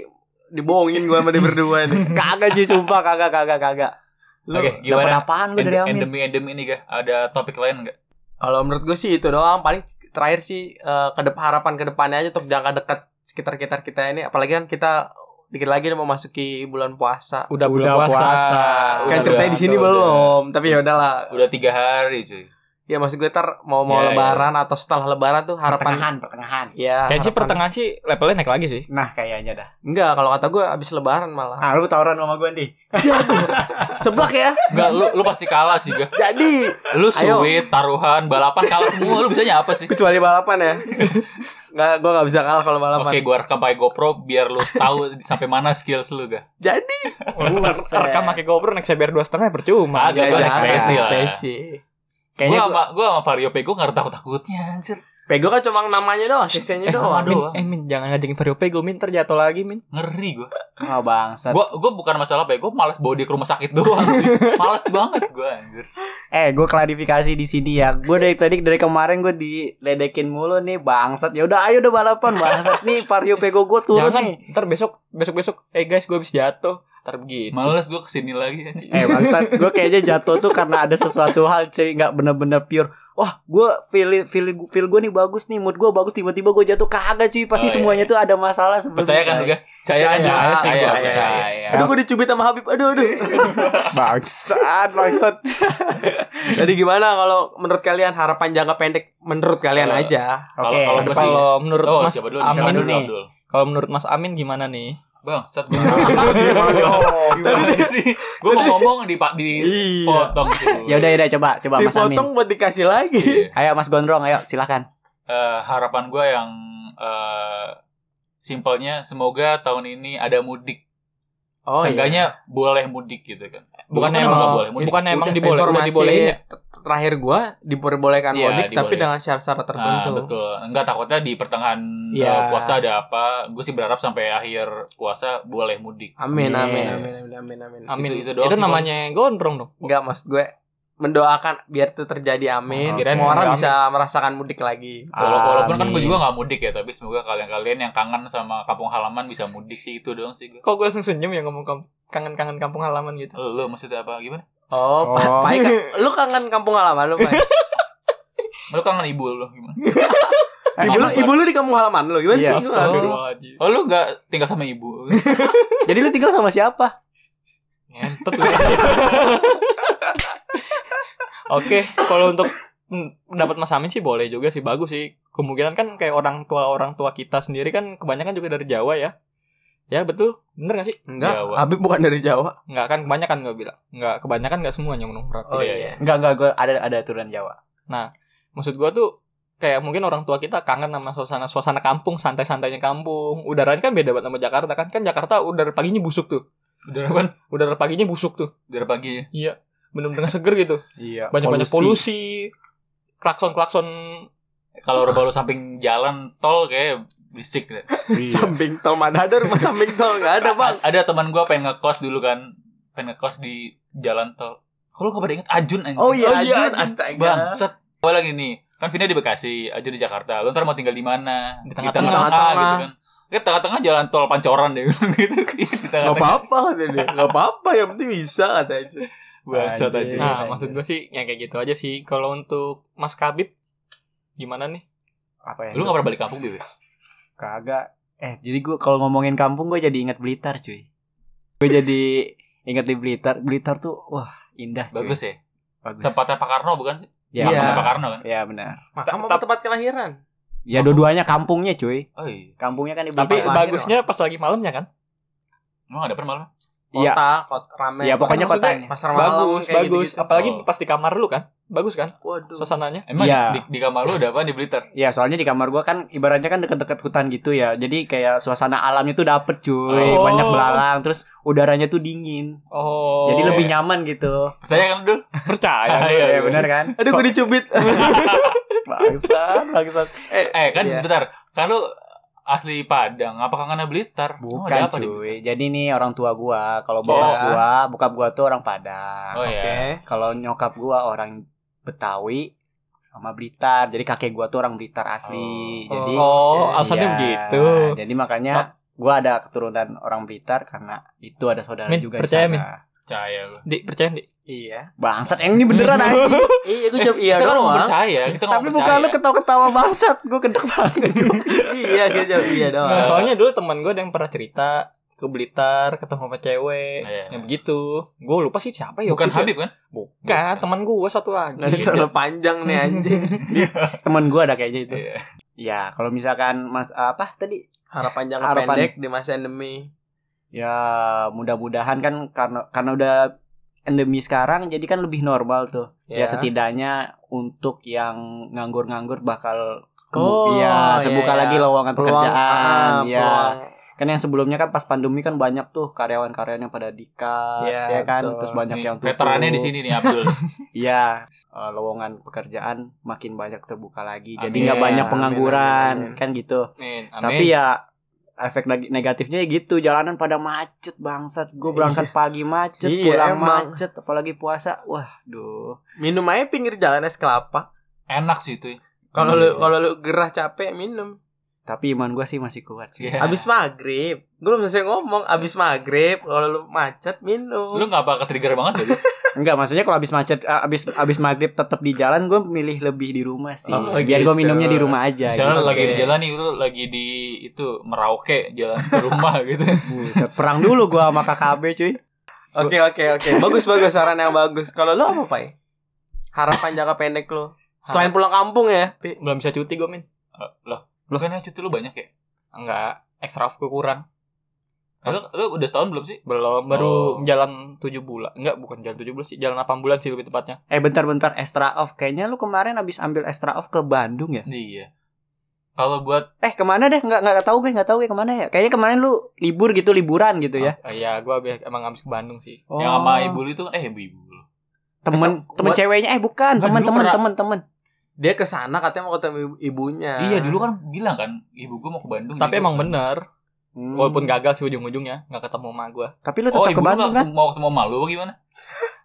dibohongin gue sama dia berdua nih.
Kagak cuy sumpah kagak kagak kagak. Lu dapat
Oke, gimana?
apaan lu dari
End-
Amin?
Endemi endemi ini gak? Ada topik lain gak?
Kalau menurut gue sih itu doang paling terakhir sih eh, kedep harapan kedepannya aja untuk jangka dekat sekitar-sekitar kita ini apalagi kan kita dikit lagi mau masuki bulan puasa.
Udah bulan
Udah
puasa.
puasa.
Udah,
kan ceritanya di sini
udah.
belum, tapi ya udahlah.
Udah tiga hari cuy.
Ya maksud gue ntar mau mau
Ya, ya.
lebaran atau setelah lebaran tuh harapan
pertengahan.
ya
Kayaknya sih
harapan-
pertengahan sih levelnya naik lagi sih.
Nah, kayaknya dah.
Enggak, kalau kata gue abis lebaran malah.
Ah, lu tawuran sama gue nih.
Seblak ya.
Enggak, lu lu pasti kalah sih gak?
Jadi
Lu
Ayo.
suwit, taruhan, balapan kalah semua. Lu bisanya apa sih?
kecuali balapan ya. Enggak, gue nggak bisa kalah kalau balapan.
Oke, gua rekam pakai GoPro biar lu tahu sampai mana skills lu gak.
Jadi
Oh, Rekam pakai GoPro naik CBR 2,5 percuma.
Agak
ya,
gua
jangan,
ekspesi lah.
ekspesi.
Gue
Kayaknya gua-
sama, gue sama Vario Pego gak ada takut-takutnya anjir
Pego kan cuma namanya doang, CC-nya
Eh,
doang.
Min,
doang.
eh, Min, jangan ngajakin Vario Pego, Min, ntar jatuh lagi, Min.
Ngeri gue
oh, bangsat.
Gue gua bukan masalah Pego Males bawa dia ke rumah sakit doang anjir. Males banget gue anjir
Eh, gue klarifikasi di sini ya. Gue dari tadi dari kemarin gue diledekin mulu nih, bangsat. Ya udah, ayo udah balapan, bangsat nih. Vario Pego gue turun
jangan,
nih.
ntar besok, besok-besok, eh guys, gue habis jatuh. Ntar begini.
Males gue kesini lagi anjir
Eh, bangsat. Gue kayaknya jatuh tuh karena ada sesuatu hal cuy, nggak bener-bener pure. Wah, gue feel feel feel gue nih bagus nih, mood gue bagus. Tiba-tiba gue jatuh kagak cuy. Pasti
Oh, iya.
semuanya tuh ada masalah sebelumnya.
Percaya kan gue? Percaya kan
Percaya,
percaya,
sih,
percaya,
gua
percaya.
Aduh, gue dicubit sama Habib. Aduh, aduh. bangsat, bangsat. Jadi gimana kalau menurut kalian harapan jangka pendek menurut kalian
Eh,
aja?
Kalau
Oke,
kalau gue sih
Kalau menurut
Oh,
Mas
siapa dulu? nih? Siapa
Amin,
dulu
nih?
Abdul?
kalau menurut Mas Amin gimana nih?
Bang, set
Tadi
Tadi sih gue mau ngomong di Pak di
Iya.
potong tuh.
Ya udah, ya udah coba, coba Mas Amin.
Dipotong buat dikasih lagi.
Iya.
Ayo Mas Gondrong, ayo silakan.
Eh, harapan gue yang eh, simpelnya semoga tahun ini ada mudik.
Oh,
Seenggaknya boleh mudik gitu kan. Bukan
Bukannya
emang
emang
nggak boleh mudik.
bukannya emang
Udah,
diboleh, udah
informasi
dibolehin ya?
ter- terakhir gua diperbolehkan
Iya,
mudik tapi
dibolehin.
dengan syarat-syarat
Nah,
tertentu.
betul. Enggak takutnya di pertengahan eh,
Iya.
puasa ada apa. Gue sih berharap sampai akhir puasa boleh mudik.
amin, amin,
Iya.
amin, amin, amin, amin.
Amin.
Itu-
Itu,
itu doang sih,
namanya gondrong dong.
Enggak, Mas, gue mendoakan biar itu terjadi amin.
Oh,
kirain
Semua orang
amin.
bisa merasakan mudik lagi.
Wala- Walaupun kan gue
Amin.
juga nggak mudik ya, tapi semoga kalian-kalian yang kangen sama kampung halaman bisa mudik sih itu doang sih gue.
Kok gue langsung senyum ya ngomong kamp- kangen-kangen kampung halaman gitu.
Lo, lo maksudnya apa gimana?
Oh,
Oh.
Pai, kan- lu kangen kampung halaman lu, Pai.
Lo kangen ibu lo gimana?
ibu lu, ibu lu di kampung halaman lu. Gimana
Iya,
sih? Gua-
Astagfirullahaladzim.
Oh lo nggak tinggal sama ibu?
Jadi lu tinggal sama siapa?
Ngentet lu. Oke, kalau untuk mm, pendapat Mas Amin sih boleh juga sih bagus sih. Kemungkinan kan kayak orang tua orang tua kita sendiri kan kebanyakan juga dari Jawa ya. Ya betul, bener gak sih?
Enggak,
Jawa.
Habib bukan dari Jawa.
Enggak kan kebanyakan gak bilang. Enggak, kebanyakan gak semuanya menurut berarti.
Oh
Iya,
iya.
Enggak, enggak, gue ada ada aturan Jawa.
Maksud gua tuh kayak mungkin orang tua kita kangen sama suasana suasana kampung, santai-santainya kampung. Udaranya kan beda banget sama Jakarta kan. Kan Jakarta udara paginya busuk tuh.
Udah apa?
Udara paginya busuk tuh.
Dari pagi ya.
Bener-bener seger gitu.
Iya.
Banyak-banyak polusi, klakson-klakson
Kalau rubah lo samping jalan tol kayak bisik deh.
Iya.
Samping tol mana ada rumah samping tol enggak ada, Bang.
Ada teman gue pengen ngekos dulu kan, pengen ngekos di jalan tol. Kalau gak pada inget Ajun anjing.
Oh iya, Ajun,
Ajun.
astaga.
Bangset. Gue lagi nih, kan Vina di Bekasi, Ajun di Jakarta. Lo ntar mau tinggal di mana?
Di tengah-tengah.
gitu kan. Ya tengah-tengah jalan tol Pancoran deh gitu. Di
Gak
tengah-tengah.
apa-apa katanya dia. Gak apa-apa yang penting bisa katanya.
Anjing.
Bangsat Ah, Ajun.
Nah,
Iya,
maksud
iya.
gue sih ya kayak gitu aja sih. Kalau untuk Mas Kabib gimana nih?
Apa ya?
Lu gak pernah balik kampung Bebes?
kagak. Eh, jadi gue kalau ngomongin kampung gue jadi ingat Blitar, cuy. Gue jadi ingat di Blitar. Blitar tuh wah, indah cuy.
Bagus ya?
Bagus.
Tempatnya Pak Karno bukan sih?
Ya,
Iya.
Tempatnya Pak Karno kan?
ya benar.
Makam apa tempat kelahiran?
Ya dua-duanya kampungnya, cuy.
Oh iya.
Kampungnya kan di
Tapi
Blitar.
lahir
bagusnya pas lagi malamnya kan?
Emang ada pernah malam?
Iya.
Kota, kota rame.
Ya pokoknya
maksudnya-
kotanya.
pasar malam
bagus,
kayak
bagus.
gitu-gitu.
Apalagi
Oh.
pas di kamar lu kan? Bagus kan
Waduh.
suasananya?
Emang
Iya.
di, di kamar lu ada apa di Blitar?
Ya soalnya di kamar gua kan ibaratnya kan deket-deket hutan gitu ya. Jadi kayak suasana alamnya tuh dapet cuy.
Oh.
Banyak belalang. Terus udaranya tuh dingin.
Oh.
Jadi lebih
iya.
nyaman gitu.
Percaya kan dulu?
percaya.
Iya,
Iya
iya.
benar kan?
Aduh, gue dicubit.
Bangsat, bangsat.
Eh kan
Iya.
bentar. Kan lu asli Padang, apa kangennya Blitar? Emang
Bukan
Oh, ada apa di Blitar?
cuy. Jadi nih orang tua gua, kalau bokap
Oh.
gua, bokap gua tuh orang Padang.
Oh iya.
Oke.
Kalau nyokap gua orang Betawi sama Blitar. Jadi kakek gua tuh orang Blitar asli.
Oh.
Jadi
Oh,
iya.
alasannya begitu.
Jadi makanya gua ada keturunan orang Blitar karena itu ada saudara
Min,
juga
percaya,
di
Min.
sana.
Percaya gua.
Di percaya di.
Iya.
Bangsat, yang ini beneran aja.
Iya, gue jawab iya
kita kan mau
doang.
percaya, kita nggak
Tapi
mau
bukan
percaya.
lu ketawa-ketawa bangsat, gua kedek banget.
Iya, gue jawab iya doang.
Nah, soalnya dulu teman gue ada yang pernah cerita ke Blitar ketemu sama cewek
Iya.
yang begitu. Gue lupa sih siapa ya.
Bukan
waktu itu ya.
Habib kan?
Bukan, teman gue satu lagi.
Iya.
Nanti terlalu panjang nih anjing.
Temen gua ada kayaknya itu.
Iya.
Ya, kalau misalkan Mas apa tadi?
Harapan jangka
Harapan.
pendek di masa endemi.
Ya, mudah-mudahan kan karena karena udah endemi sekarang jadi kan lebih normal tuh. Ya, setidaknya untuk yang nganggur-nganggur bakal kemu-
Oh,
ya,
iya,
terbuka
iya.
lagi lowongan
peluang
pekerjaan
ah,
ya.
peluang
kan yang sebelumnya kan pas pandemi kan banyak tuh karyawan-karyawan yang pada dikat
Iya,
ya kan
betul.
terus banyak
Nih,
yang tutup
veterannya di sini nih Abdul.
iya eh, lowongan pekerjaan makin banyak terbuka lagi jadi
Amin.
nggak banyak
Amin,
pengangguran
amin, amin.
kan gitu
Amin. Amin.
tapi ya efek neg- negatifnya ya gitu jalanan pada macet bangsat gue berangkat pagi macet
Iya,
pulang
emang.
macet apalagi puasa wah duh
Minum aja pinggir jalan es kelapa.
enak sih itu.
Kalau
Iya
lu
sih.
kalau lu gerah capek minum.
tapi iman gue sih masih kuat sih
Iya.
Abis maghrib, gue belum selesai ngomong. Abis maghrib, kalau lu macet minum.
Lu nggak bakal trigger banget jadi.
Enggak, maksudnya kalau habis macet eh, habis habis maghrib tetap di jalan gue milih lebih di rumah sih.
Oh,
Biar
gitu.
gue minumnya di rumah aja.
Misalnya
gitu.
lagi di
Oke.
jalan nih, lu lagi di itu merauke jalan ke rumah gitu.
Buset, perang dulu gue sama KKB cuy.
Oke oke oke. Bagus bagus saran yang bagus. Kalau lu apa Pai? Harapan jangka pendek lu. Selain pulang kampung ya. Pi.
Belum bisa cuti gue, Min.
Eh, Loh, lu kan ya cuti lu banyak ya?
Enggak, ekstra aku kurang.
Eh, Lu, lu udah setahun belum sih?
Belum, baru
Oh.
jalan 7 bulan. Enggak, bukan jalan 7 bulan sih, jalan 8 bulan sih lebih tepatnya.
Eh bentar-bentar extra off. Kayaknya lu kemarin habis ambil extra off ke Bandung ya?
Iya. Kalau buat
Eh kemana deh? Nggak nggak tahu gue nggak tahu gue kemana ya. Kayaknya kemarin lu libur gitu liburan gitu ya?
Ah, Iya, gue emang habis ke Bandung sih.
eh, yang
Oh,
sama ibu lu itu kan eh ibu ibu lu.
temen temen
Buat-
ceweknya eh bukan
Bukan,
temen
dulu
temen
pernah-
temen temen.
Dia ke sana katanya mau ketemu ibu- ibunya.
Iya, dulu kan bilang kan ibu gua mau ke Bandung.
Tapi
gitu
emang
kan.
bener,
Hmm.
walaupun gagal sih ujung-ujungnya, nggak ketemu sama gue.
Tapi lu tetap
Oh,
ke
ibu lu
Bandung
nggak
kan?
ketemu- mau ketemu sama lu apa gimana?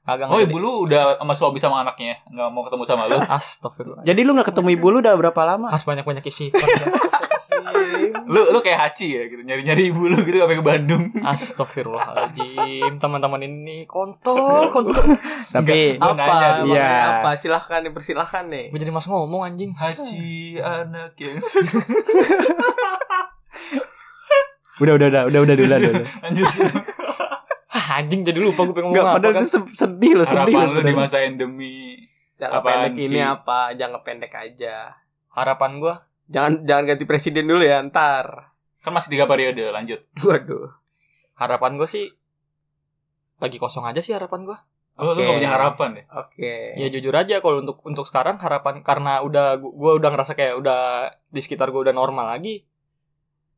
Kagak
Oh, ibu lu udah sama suami sama anaknya, nggak mau ketemu sama lu.
Astagfirullah.
Jadi lu nggak ketemu ibu lu udah berapa lama?
Harus banyak-banyak isi.
lu lu kayak Haci ya gitu, nyari-nyari ibu lu gitu sampai ke Bandung.
Astagfirullahaladzim Teman-teman ini kontol kontol
Tapi
Gua nanya
Apa?
dulu.
Iya.
Iya.
Apa? Silahkan dipersilahkan nih.
Gue jadi mas ngomong anjing
Haji anak yang sedih.
udah udah udah udah udah udah. udah.
Lanjut.
Hah, Anjing jadi lupa gue pengen
Enggak,
ngomong apa
padahal
kan
itu se- sedih loh, sedih
Harapan
loh.
lu di
sebenarnya.
masa endemi.
Jangka
Apaan
pendek ini
sih?
apa? Jangka pendek aja.
Harapan gue
Jangan jangan ganti presiden dulu ya ntar.
Kan masih tiga periode, lanjut.
Waduh.
Harapan gue sih Lagi kosong aja sih harapan gue
Lu, lu gak
Oke.
punya harapan ya?
Oke.
Ya jujur aja kalau untuk untuk sekarang harapan Karena udah gue udah ngerasa kayak udah Di sekitar gue udah normal lagi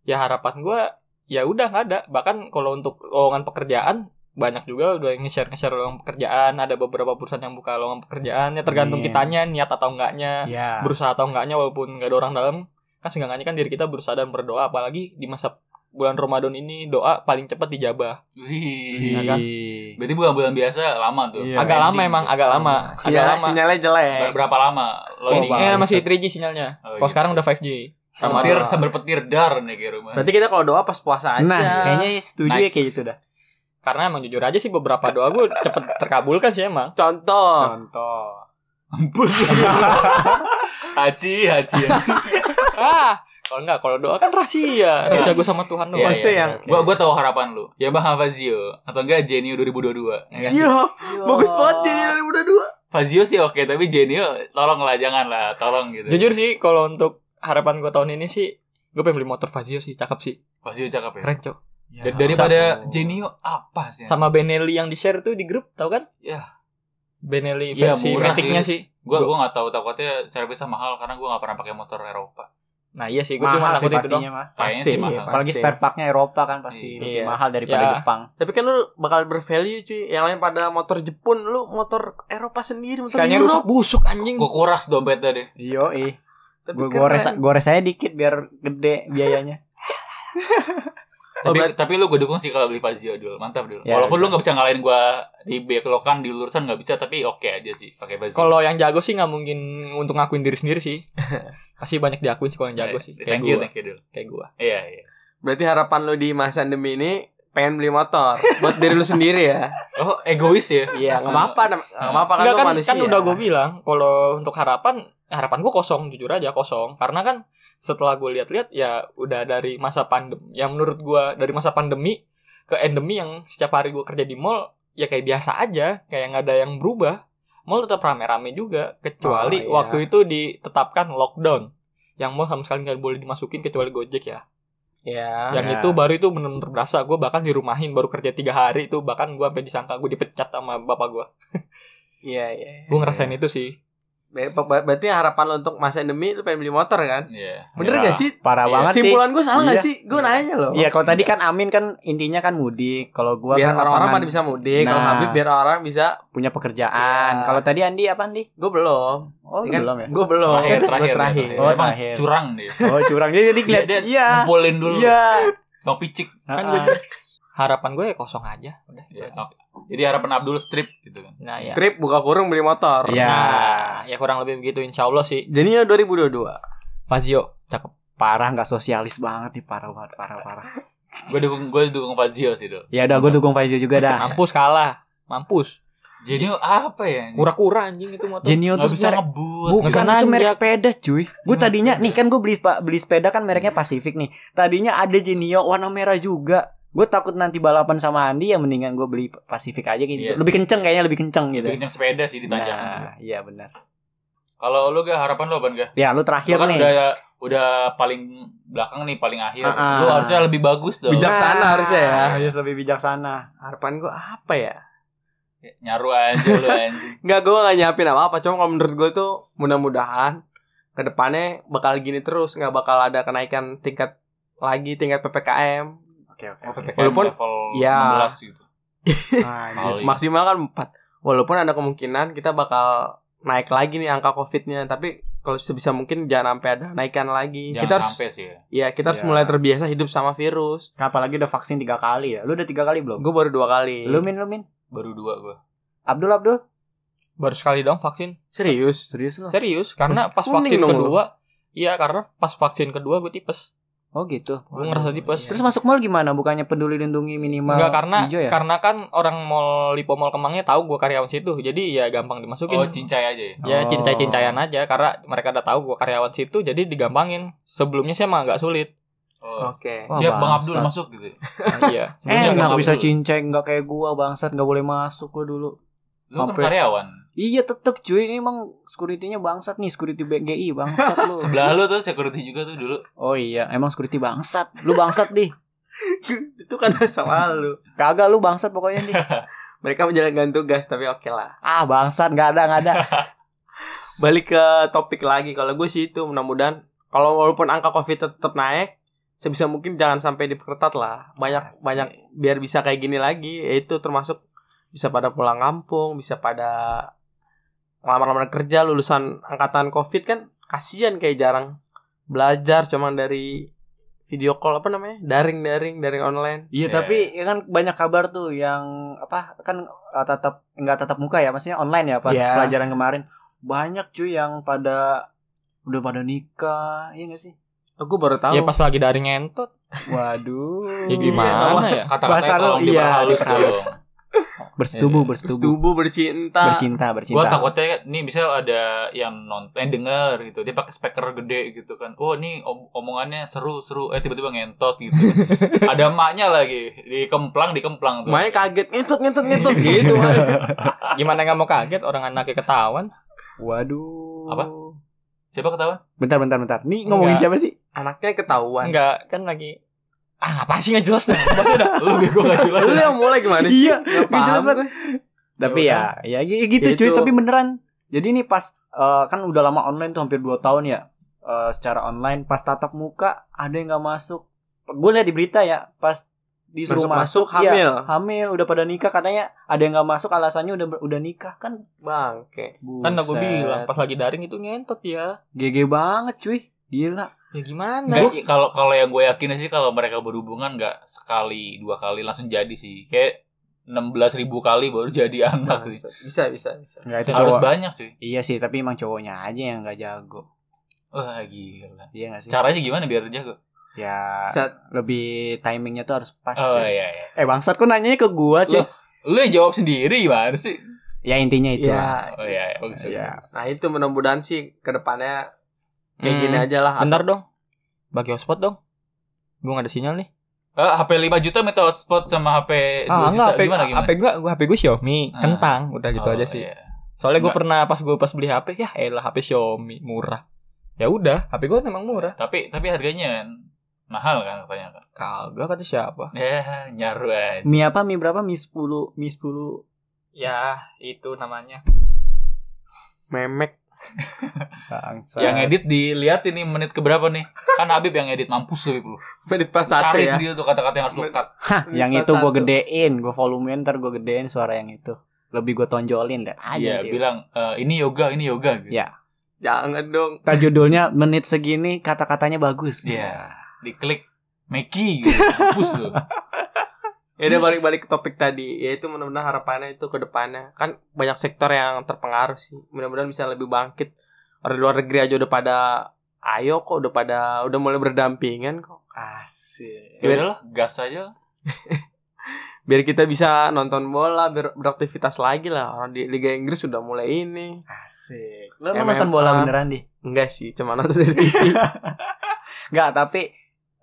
Ya harapan gue Ya udah nggak ada Bahkan kalau untuk lowongan pekerjaan banyak juga udah nge-share nge-share lowongan pekerjaan ada beberapa perusahaan yang buka lowongan pekerjaan ya tergantung
Iya.
kitanya niat atau enggaknya
Iya.
berusaha atau enggaknya walaupun nggak ada orang dalam kan seenggaknya kan diri kita berusaha dan berdoa apalagi di masa bulan Ramadan ini doa paling cepat dijabah
Wih.
Iya kan?
Ih.
Berarti bulan-bulan biasa lama tuh.
Iya.
agak lama
Ending.
emang agak lama agak
Sinyalnya,
lama
Iya, sinyalnya
Ber-
jelek.
Berapa lama? Lo
Oh,
ini iya.
eh,
Bang.
masih 3G sinyalnya
Oh,
kalau
gitu.
sekarang udah 5G sama
petir sambil petir dar nih ke rumah.
Berarti kita kalau doa pas puasa aja.
Nah, kayaknya setuju ya
Nice.
kayak gitu dah.
karena emang jujur aja sih beberapa doa gue cepet terkabulkan sih emang
Contoh.
Contoh.
Mampus. haji, haji.
ah kalau enggak kalau doa kan rahasia rahasia gue sama Tuhan doang
Iya,
Maksudnya
iya.
yang
Gua gua tahu harapan lu. Ya Bang Fazio atau enggak Jenio 2022. Ya, kan?
Iya, bagus banget jadi dari muda dua.
Fazio sih oke, tapi Jenio tolonglah janganlah, tolong gitu.
jujur sih kalau untuk harapan gue tahun ini sih gue pengen beli motor Fazio sih cakep sih
Fazio cakep ya.
keren cok
Da- daripada
Sama-
Jenio apa sih?
sama Benelli yang di share tuh di grup tau kan
Iya.
Benelli
Iya,
versi
murah
metiknya sih.
gua gua nggak tahu takutnya servisnya mahal karena gua nggak pernah pakai motor Eropa.
nah iya sih gue
Mahal
cuma
sih
takut itu doang
pastinya mah.
Kayaknya
Pasti,
sih mahal.
iya,
Apalagi
Pasti.
spare parknya Eropa kan pasti lebih
Iya.
mahal daripada
Iya.
Jepang.
Tapi kan lu bakal bervalue cuy. Yang lain pada motor Jepun, lu motor Eropa sendiri, motor
kayaknya rusak busuk anjing
Gua kuras dompetnya deh.
Iya, eh.
Tapi
Gue
keren.
gores gores aja dikit biar gede biayanya.
Oh,
Tapi,
berarti-
tapi lu gue dukung sih kalau beli Fazio dulu, mantap dulu.
Ya,
Walaupun lu
udah.
nggak bisa ngalahin gue di belokan di lurusan nggak bisa, tapi oke aja sih pakai Fazio.
kalau yang jago sih nggak mungkin untuk ngakuin diri sendiri sih pasti banyak diakuin sih kalau yang jago
Eh,
sih kayak
Thank you,
gue
thank you dulu.
kayak gue
Iya, iya.
Berarti harapan lu di masa demi ini pengen beli motor buat diri lu sendiri ya.
Oh, egois ya?
Iya, enggak apa-apa, enggak apa-apa kan
Nggak,
lu
kan
manusia.
kan udah gue bilang kalau untuk harapan harapan gue kosong jujur aja kosong karena kan setelah gue lihat-lihat ya udah dari masa pandem yang menurut gue dari masa pandemi ke endemi yang setiap hari gue kerja di mall ya kayak biasa aja kayak nggak ada yang berubah mall tetap rame-rame juga kecuali
Oh, iya.
waktu itu ditetapkan lockdown yang mall sama sekali nggak boleh dimasukin kecuali gojek ya
Iya.
yang
Ya.
itu baru itu bener-bener berasa gue bahkan dirumahin baru kerja tiga hari itu bahkan gue sampai disangka gue dipecat sama bapak gue
Iya, iya.
gue ngerasain itu sih
Ber- ber- Berarti harapan lo untuk masa endemi lo pengen beli motor kan?
Iya.
Bener
Ya.
nggak sih?
Parah
Iya.
banget sih.
Simpulan gue salah nggak
Iya.
sih? Gue nanya loh.
Iya, kalau tadi kan Amin kan intinya kan mudik. Kalau gua
biar
kan
orang-orang
lapangan
pada bisa mudik. Kalau
Nah.
Habib biar orang bisa.
punya pekerjaan.
Iya.
Kalau tadi Andi apa Andi?
Gue belum.
Oh,
kan?
belum ya.
Gue belum.
Terakhir,
Kan terus
terakhir,
gua terakhir.
Oh,
Emang
terakhir.
curang dia.
Oh, curang dia jadi
Iya,
keliat-
dia
Iya.
ngumpulin dulu.
Iya.
Bang picik.
Kan
Heeh.
gua harapan gue ya kosong aja. Udah. itu
Iya,
aja.
oke. Jadi harapan Abdul strip gitu kan.
Nah, ya.
Strip buka kurung beli motor.
Iya.
Nah, ya kurang lebih begitu insya Allah sih.
Jadinya 2022.
Fazio, cakep.
Parah nggak sosialis banget nih, parah banget, parah parah.
Gue dukung gue dukung Fazio sih dulu.
Ya udah gua dukung Faizu juga dah.
Mampus kalah. Mampus.
Jadi apa ya?
Kura-kura anjing itu motor.
Genio
Nggak
tuh
bisa
merek-
ngebut.
Bukan
Nggak bisa
itu merek
nanjak.
sepeda cuy Gue
Iya,
tadinya
sepeda.
Nih kan gue beli, spa- beli sepeda kan mereknya Pacific nih Tadinya ada Genio warna merah juga Gue takut nanti balapan sama Andi Ya mendingan gue beli Pacific aja gitu
Iya sih.
Lebih kenceng kayaknya lebih kenceng gitu
Bikin yang sepeda sih ditanjakan.
Nah iya benar
Kalau lu gak harapan lu apa enggak?
Ya lu
Lu
terakhir
kan
nih
udah udah paling belakang nih, paling akhir.
Ah, ah.
Lu harusnya lebih bagus dong.
Bijak. Bijaksana
Nah.
harusnya ya.
Iya, Harus lebih bijaksana
Harapan gue apa ya?
Nyaru aja lu anjing.
Nggak, gue nggak nyiapin apa-apa. Cuma kalau menurut gue tuh mudah-mudahan kedepannya bakal gini terus. Nggak bakal ada kenaikan tingkat lagi tingkat PPKM.
Oke oke Nah,
Oh,
Mau PPKM
Walaupun-
level
iya.
ya.
16 gitu.
Anjir. Iya.
Kali.
Maksimal kan 4. Walaupun ada kemungkinan kita bakal naik lagi nih angka COVID-nya. Tapi kalau sebisa mungkin jangan sampai ada naikan lagi.
Jangan
kita harus
sampai sih ya.
ya kita harus
Iya.
mulai terbiasa hidup sama virus.
Kan Apalagi udah vaksin tiga kali ya Lu udah tiga kali belum?
Gue baru dua kali.
Lu min, lu min
Baru dua gue.
Abdul, Abdul
Baru sekali dong vaksin.
Serius?
Serius lu?
Serius, karena
Masih
pas
kuning
vaksin
dong lu.
kedua, iya karena pas vaksin kedua gue tipes.
Oh gitu
Gue ngerasa tipes.
iya.
Terus masuk mall gimana? Bukannya peduli lindungi minimal
Enggak karena
hijau ya?
karena kan orang mall Lipo Mall Kemangnya tahu gue karyawan situ. Jadi ya gampang dimasukin.
kan-
Oh, cincai aja ya.
ya
Oh.
cincai-cincayan aja karena mereka udah tahu gue karyawan situ jadi digampangin. Sebelumnya sih emang agak sulit.
Oh.
Oke.
Wah,
Siap Bang
bangsat.
Abdul masuk gitu.
Ah, iya.
Eh,
Sebelumnya agak
nggak
Enak,
sulit.
bisa
dulu.
cinceng, nggak kayak gua bangsat, nggak boleh masuk gua dulu.
Lu kan
Sampai-
karyawan.
Iya tetep cuy, ini emang security-nya bangsat nih, security BGI bangsat lu.
Sebelah lu tuh security juga tuh dulu.
Oh iya, emang security bangsat. Lu bangsat dih.
Itu kan selalu.
Kagak lu bangsat pokoknya nih.
Mereka menjalankan tugas tapi oke lah.
Ah, bangsat nggak ada nggak ada.
balik ke topik lagi kalau gue sih itu mudah-mudahan kalau walaupun angka covid tetap naik sebisa mungkin jangan sampai diperketat lah banyak
Asik.
banyak biar bisa kayak gini lagi yaitu termasuk bisa pada pulang kampung bisa pada lamar-lamar kerja lulusan angkatan covid kan kasihan kayak jarang belajar cuman dari video call apa namanya daring daring daring online
Iya,
Iya.
tapi ya kan banyak kabar tuh yang apa kan eh, tatap nggak tatap muka ya, maksudnya online ya pas
Iya.
pelajaran kemarin. Banyak cuy yang pada udah pada nikah, iya gak sih?
aku Oh, baru tahu
Ya pas lagi dari ngentot.
Waduh.
Ya gimana ya?
Kata-kata
Iya, Bahasa lu,
tolong
iya,
diperhalus
diperhalus.
dong.
Bersetubuh,
Iya.
bersetubuh.
tubuh bercinta
Bercinta, bercinta.
Gue takutnya kan, nih bisa ada yang nonton eh, denger gitu dia pakai speaker gede gitu kan oh nih om- omongannya seru seru eh tiba-tiba ngentot gitu ada emaknya lagi dikemplang dikemplang tuh
Makanya kaget ngentut ngentut ngentut
Iya.
gitu
Gimana nggak mau kaget orang anaknya ketahuan.
Waduh.
Apa? siapa ketahuan
Bentar, bentar, bentar. Nih ngomongin
Enggak.
siapa sih?
anaknya ketahuan
Enggak, kan lagi Ah, apa sih nggak jelas dah.
lu bego gak jelas
Lu yang mulai gimana sih?
Iya,
Nggak
gua jelas
paham.
banget. Tapi
Ya
ya, ya, gi- gitu
Ya
cuy,
itu.
tapi beneran. Jadi nih pas eh, kan udah lama online tuh hampir 2 tahun ya. eh, secara online pas tatap muka ada yang nggak masuk. Gue lihat di berita ya, pas disuruh
Masuk-masuk
masuk, iya,
hamil.
hamil udah pada nikah katanya ada yang nggak masuk alasannya udah udah nikah kan
Bangke.
Kan udah gue bilang pas lagi daring itu ngentot ya.
GG banget cuy gila
Ya gimana?
Nggak, i- kalau kalau yang gue yakin sih kalau mereka berhubungan nggak sekali dua kali langsung jadi sih kayak 16.000 ribu kali baru jadi anak sih.
Bangsat. Bisa bisa bisa.
nggak Nah, itu
harus
cowok.
banyak cuy
iya sih tapi emang cowoknya aja yang nggak jago
wah gila
iya nggak sih
caranya gimana biar jago
ya
Set.
lebih timingnya tuh harus pas
oh
cuy.
iya iya
eh bangsat kok nanyanya ke gua cuy
Loh. lu yang jawab sendiri gimana sih
ya intinya itu
Ya,
lah
oh iya iya bagus, bagus,
Iya.
bagus.
nah itu mudah-mudahan sih ke depannya kayak
Hmm,
gini aja lah.
Bentar dong. Bagi hotspot dong. Gue gak ada sinyal nih.
Eh, HP 5 juta minta hotspot sama HP 2
Ah,
juta
enggak, HP,
Eh, gimana gimana?
HP gue, HP gue Xiaomi,
Ah.
kentang, udah gitu
Oh,
aja sih.
iya.
Soalnya gue
Enggak.
pernah pas gue pas beli HP, ya elah HP Xiaomi murah. Ya udah, HP gue memang murah.
Tapi tapi harganya kan mahal kan katanya kan.
Kagak kata siapa?
Ya, nyaru
Nah.
aja.
Mi apa mi berapa mi 10 mi 10
Ya, itu namanya.
Memek.
Bangsa.
Yang edit dilihat ini menit keberapa nih? Kan Habib yang edit mampus lebih perlu.
Menit pas satu
Cari
ya.
sendiri tuh kata-kata yang harus lu cut.
Hah, yang itu gue
Satu.
gedein, gue volumein ntar gue gedein suara yang itu. Lebih gue tonjolin dah aja.
Iya,
nanti.
bilang "Eh, ini yoga, ini yoga gitu.
Iya.
Jangan dong.
Ntar judulnya menit segini kata-katanya bagus.
Iya. Diklik Meki gitu. Mampus lu.
Ya udah balik-balik ke topik tadi Yaitu mudah-mudahan harapannya itu ke depannya Kan banyak sektor yang terpengaruh sih Mudah-mudahan bisa lebih bangkit Orang di luar negeri aja udah pada Ayo kok udah pada Udah mulai berdampingan kok
Asik.
Iya.
Ya udahlah, gas aja.
Biar kita bisa nonton bola Biar beraktivitas lagi lah Orang di Liga Inggris sudah mulai ini
Asik. Lo
MMA.
emang nonton bola beneran di?
Enggak sih Cuma nonton dari TV
Enggak, tapi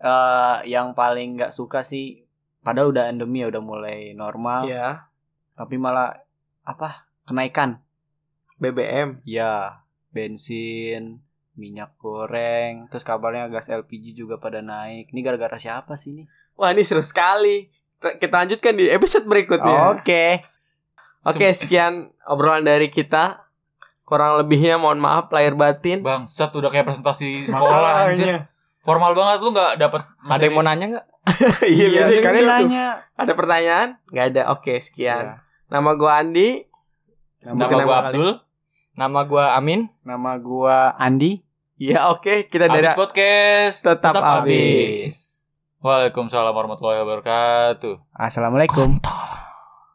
eh yang paling nggak suka sih padahal udah endemi ya udah mulai normal,
Iya
tapi malah apa? Kenaikan.
BBM
Ya, bensin, minyak goreng, terus kabarnya gas LPG juga pada naik. Ini gara-gara siapa sih ini?
Wah ini seru sekali Kita kita lanjutkan di episode berikutnya
Oke.
Oke sekian obrolan dari kita Kurang lebihnya mohon maaf lahir batin
Bangsat udah kayak presentasi sekolah anjir. Formal banget lu nggak dapat
Ada yang mau nanya nggak?
Iya,
Jadi
sekarang itu.
nanya. Iya.
Ada pertanyaan? Nggak ada. Oke, sekian. Nama gua Andi.
Nama
Nama
Sebutin
gua
kali.
Abdul.
Nama gua Amin.
Nama gua Andi.
Iya, oke. Kita dari
Habis podcast.
tetap,
tetap
habis.
habis.
Waalaikumsalam warahmatullahi wabarakatuh.
Assalamualaikum.